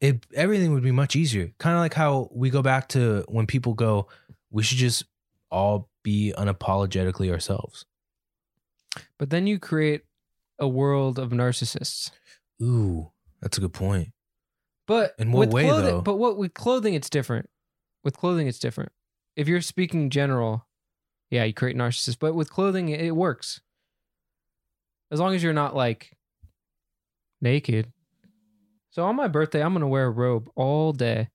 Speaker 2: It everything would be much easier. Kind of like how we go back to when people go, we should just all be unapologetically ourselves.
Speaker 1: but then you create a world of narcissists.
Speaker 2: Ooh, that's a good point.
Speaker 1: But
Speaker 2: In what
Speaker 1: with
Speaker 2: way,
Speaker 1: clothing,
Speaker 2: though?
Speaker 1: But what with clothing, it's different. With clothing, it's different. If you're speaking general, yeah, you create narcissists. But with clothing, it works. As long as you're not like naked. So on my birthday, I'm gonna wear a robe all day.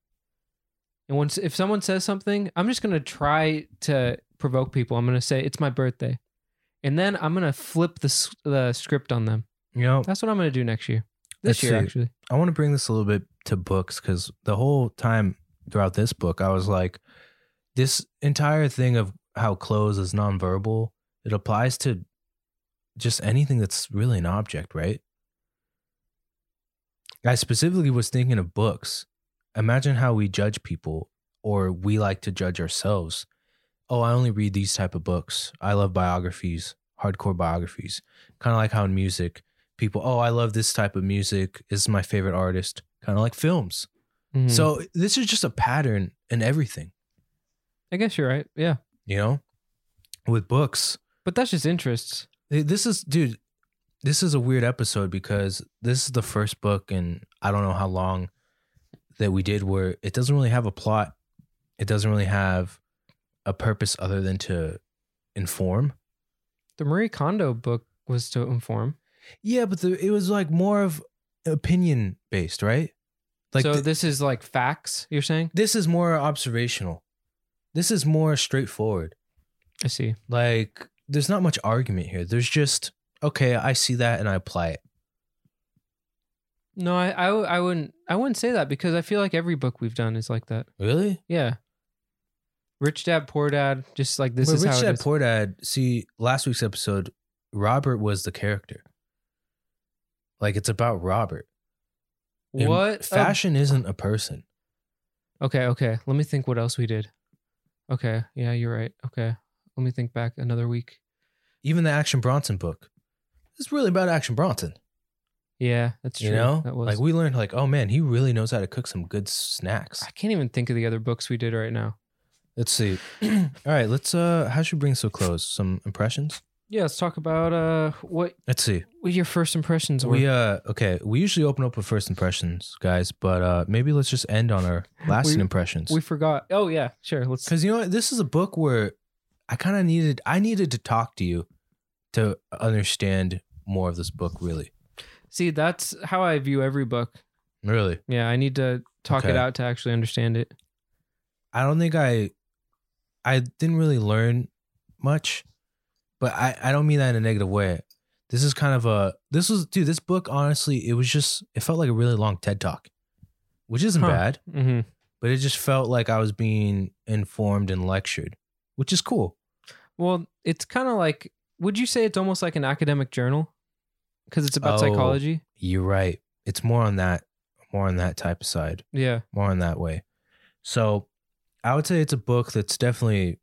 Speaker 1: And once if someone says something, I'm just gonna try to provoke people. I'm gonna say it's my birthday, and then I'm gonna flip the s- the script on them.
Speaker 2: You know,
Speaker 1: That's what I'm gonna do next year. This
Speaker 2: Let's
Speaker 1: year,
Speaker 2: see.
Speaker 1: actually.
Speaker 2: I want to bring this a little bit to books because the whole time throughout this book, I was like, this entire thing of how clothes is nonverbal, it applies to just anything that's really an object, right? I specifically was thinking of books. Imagine how we judge people or we like to judge ourselves. Oh, I only read these type of books. I love biographies, hardcore biographies. Kind of like how in music, people, oh, I love this type of music. This is my favorite artist. Kind of like films.
Speaker 1: Mhm.
Speaker 2: So this is just a pattern in everything,
Speaker 1: Mm-hmm. I guess you're right. Yeah.
Speaker 2: you know? With books,
Speaker 1: But that's just interests.
Speaker 2: Th- This is, dude, this is a weird episode because this is the first book in I don't know how long that we did where it doesn't really have a plot. It doesn't really have a purpose other than to inform.
Speaker 1: The Marie Kondo book was to inform.
Speaker 2: Yeah, but the, it was like more of opinion based, right? Like
Speaker 1: so
Speaker 2: th-
Speaker 1: this is like facts, you're saying?
Speaker 2: this is more observational. This is more straightforward.
Speaker 1: I see.
Speaker 2: Like there's not much argument here. There's just okay, I see that and I apply it.
Speaker 1: No, I, I, w- I wouldn't I wouldn't say that because I feel like every book we've done is like that.
Speaker 2: Really?
Speaker 1: Yeah. Rich Dad Poor Dad, just like this
Speaker 2: Well,
Speaker 1: is
Speaker 2: Rich
Speaker 1: how it
Speaker 2: Dad
Speaker 1: is.
Speaker 2: Poor Dad. See, last week's episode, Robert was the character. Like it's about Robert. And
Speaker 1: what a-
Speaker 2: fashion isn't a person.
Speaker 1: okay, okay. Let me think what else we did. Okay, yeah, you're right. Okay. Let me think back another week.
Speaker 2: Even the Action Bronson book. It's really about Action Bronson.
Speaker 1: Yeah, that's true.
Speaker 2: You know,
Speaker 1: that was
Speaker 2: like we learned, like, oh man, he really knows how to cook some good snacks.
Speaker 1: I can't even think of the other books we did right now.
Speaker 2: Let's see. All right, let's. uh How should we bring this to a close? Some impressions.
Speaker 1: Yeah, let's talk about uh what
Speaker 2: Let's see.
Speaker 1: what your first impressions were.
Speaker 2: We uh okay. We usually open up with first impressions, guys, but uh maybe let's just end on our lasting
Speaker 1: We-
Speaker 2: impressions.
Speaker 1: We forgot. Oh yeah, sure. Let's.
Speaker 2: Because you know what? This is a book where I kind of needed I needed to talk to you to understand more of this book. Really,
Speaker 1: See, that's how I view every book.
Speaker 2: really.
Speaker 1: Yeah, I need to talk it
Speaker 2: Okay.
Speaker 1: out to actually understand it.
Speaker 2: I don't think I I didn't really learn much, but I I don't mean that in a negative way. This is kind of a this was dude. This book honestly, it was just it felt like a really long TED talk, which isn't
Speaker 1: Huh.
Speaker 2: bad,
Speaker 1: hmm
Speaker 2: but it just felt like I was being informed and lectured, which is cool.
Speaker 1: Well, it's kind of like. Would you say it's almost like an academic journal? Because it's about
Speaker 2: Oh.
Speaker 1: psychology.
Speaker 2: You're right. It's more on that more on that type of side.
Speaker 1: Yeah.
Speaker 2: more in that way. So I would say it's a book that's definitely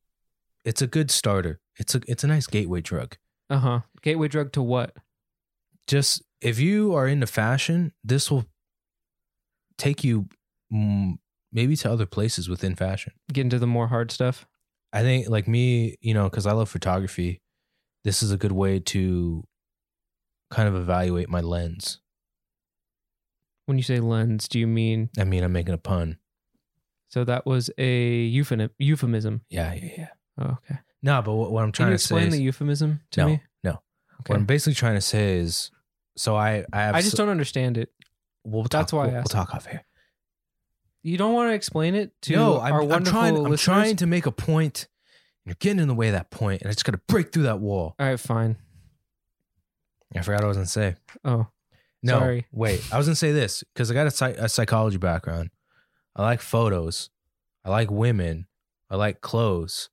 Speaker 2: it's a good starter. It's a it's a nice gateway drug.
Speaker 1: Uh huh. Gateway drug to what?
Speaker 2: Just if you are into fashion, this will take you mm, maybe to other places within fashion.
Speaker 1: Get into the more hard stuff.
Speaker 2: I think like me, you know, because I love photography, this is a good way to kind of evaluate my lens.
Speaker 1: When you say lens, do you mean
Speaker 2: I mean, I'm making a pun.
Speaker 1: so that was a euphoni- euphemism?
Speaker 2: Yeah, yeah, yeah.
Speaker 1: Oh, okay.
Speaker 2: No, but what, what I'm
Speaker 1: Can
Speaker 2: trying
Speaker 1: you
Speaker 2: to say,
Speaker 1: explain
Speaker 2: is,
Speaker 1: the euphemism to
Speaker 2: no,
Speaker 1: me?
Speaker 2: no.
Speaker 1: Okay.
Speaker 2: What I'm basically trying to say is, so I, I, have
Speaker 1: I just
Speaker 2: so,
Speaker 1: don't understand it.
Speaker 2: We'll talk,
Speaker 1: that's why I
Speaker 2: we'll, we'll
Speaker 1: asked.
Speaker 2: talk off here.
Speaker 1: You don't want to explain it to
Speaker 2: no, I'm,
Speaker 1: our
Speaker 2: I'm
Speaker 1: wonderful
Speaker 2: trying. I'm
Speaker 1: listeners.
Speaker 2: trying to make a point. You're getting in the way of that point, and I just got to break through that wall.
Speaker 1: All right, fine.
Speaker 2: I forgot what I was gonna say.
Speaker 1: Oh,
Speaker 2: No,
Speaker 1: Sorry.
Speaker 2: wait. I was gonna say this because I got a, psych- a psychology background. I like photos. I like women. I like clothes.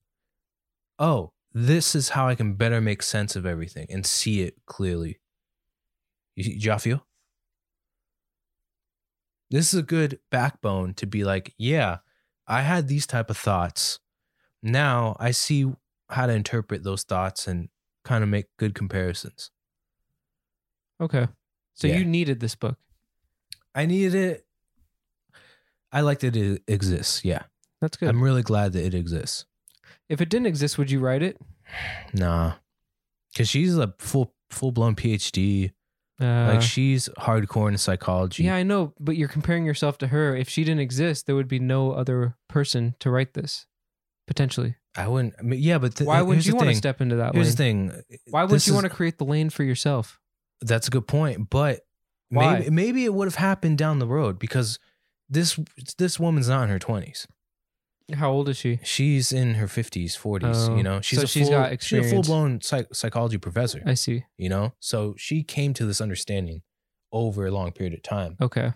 Speaker 2: Oh, this is how I can better make sense of everything and see it clearly. You, did y'all feel? This is a good backbone to be like, yeah, I had these type of thoughts. Now I see how to interpret those thoughts and kind of make good comparisons.
Speaker 1: okay. So
Speaker 2: Yeah.
Speaker 1: you needed this book.
Speaker 2: I needed it. I like that it exists. Yeah.
Speaker 1: That's good.
Speaker 2: I'm really glad that it exists.
Speaker 1: if it didn't exist, would you write it?
Speaker 2: Nah. Cause she's a full full blown PhD.
Speaker 1: Uh,
Speaker 2: like she's hardcore in psychology.
Speaker 1: yeah, I know, but you're comparing yourself to her. If she didn't exist, there would be no other person to write this, potentially.
Speaker 2: I wouldn't I mean, yeah, but th-
Speaker 1: Why would
Speaker 2: here's
Speaker 1: you
Speaker 2: the
Speaker 1: want to
Speaker 2: thing.
Speaker 1: step into that
Speaker 2: Here's
Speaker 1: lane?
Speaker 2: the thing.
Speaker 1: Why would
Speaker 2: This
Speaker 1: you
Speaker 2: is-
Speaker 1: want to create the lane for yourself?
Speaker 2: That's a good point. But
Speaker 1: Why?
Speaker 2: maybe maybe it would have happened down the road because this this woman's not in her twenties.
Speaker 1: How old is she?
Speaker 2: She's in her fifties, forties.
Speaker 1: Oh.
Speaker 2: you know, she's
Speaker 1: So
Speaker 2: a
Speaker 1: she's
Speaker 2: full,
Speaker 1: got
Speaker 2: She's
Speaker 1: experience.
Speaker 2: a full blown psych- psychology professor.
Speaker 1: I see.
Speaker 2: you know so she came to this understanding over a long period of time
Speaker 1: Okay.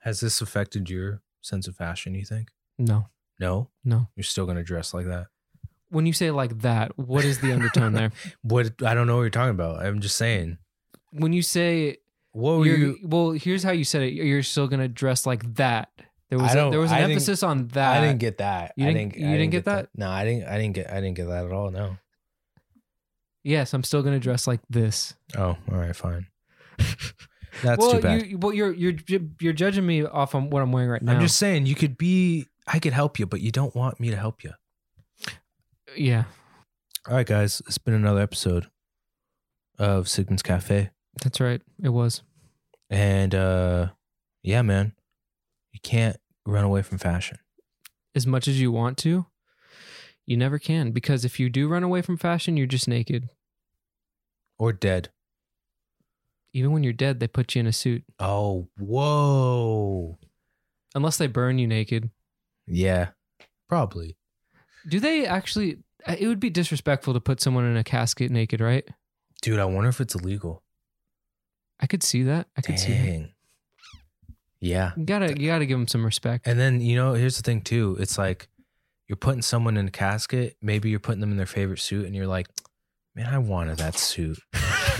Speaker 2: has this affected your sense of fashion you think
Speaker 1: No,
Speaker 2: no
Speaker 1: no.
Speaker 2: you're still gonna dress like that
Speaker 1: When you say like that, what is the undertone there?
Speaker 2: what i don't know what you're talking about i'm just saying
Speaker 1: When you say
Speaker 2: what were
Speaker 1: you're-
Speaker 2: Oh, you
Speaker 1: well, here's how you said it. You're still gonna dress like that. There was
Speaker 2: I
Speaker 1: a,
Speaker 2: don't-
Speaker 1: there was an
Speaker 2: I didn't-
Speaker 1: emphasis on that.
Speaker 2: i didn't get that
Speaker 1: You
Speaker 2: i
Speaker 1: didn't-
Speaker 2: didn't
Speaker 1: you
Speaker 2: I
Speaker 1: didn't get
Speaker 2: no i didn't i didn't get i didn't get that at all no
Speaker 1: yes, I'm still gonna dress like this.
Speaker 2: oh all right fine that's
Speaker 1: well,
Speaker 2: too bad
Speaker 1: You, well, you're you're ju- you're judging me off on what I'm wearing right now.
Speaker 2: i'm just saying you could be i could help you but you don't want me to help you
Speaker 1: yeah.
Speaker 2: all right guys it's been another episode of sigmund's cafe
Speaker 1: That's right. It was.
Speaker 2: And uh yeah, man. You can't run away from fashion.
Speaker 1: As much as you want to, you never can because if you do run away from fashion, you're just naked.
Speaker 2: Or dead.
Speaker 1: Even when you're dead, they put you in a suit
Speaker 2: Oh, whoa.
Speaker 1: unless they burn you naked.
Speaker 2: Yeah. Probably.
Speaker 1: Do they actually? uh, It would be disrespectful to put someone in a casket naked, right?
Speaker 2: Dude, I wonder if it's illegal.
Speaker 1: I could see that. I could see that.
Speaker 2: Dang. Yeah.
Speaker 1: You gotta you gotta give them some respect.
Speaker 2: And then, you know, here's the thing too. It's like you're putting someone in a casket, maybe you're putting them in their favorite suit, and you're like, Man, I wanted that suit.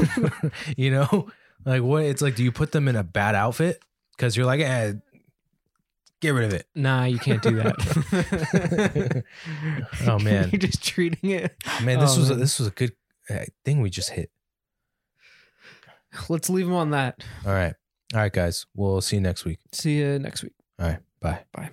Speaker 2: you know? Like what it's like, do you put them in a bad outfit? Because you're like, eh, get rid of it.
Speaker 1: nah, you can't do that.
Speaker 2: Oh, man.
Speaker 1: you're just treating it.
Speaker 2: Man, this
Speaker 1: Oh,
Speaker 2: was a,
Speaker 1: man.
Speaker 2: this was a good uh, thing we just hit.
Speaker 1: Let's leave them on that.
Speaker 2: All right, all right, guys. We'll see you next week.
Speaker 1: See you next week.
Speaker 2: All right, bye.
Speaker 1: Bye.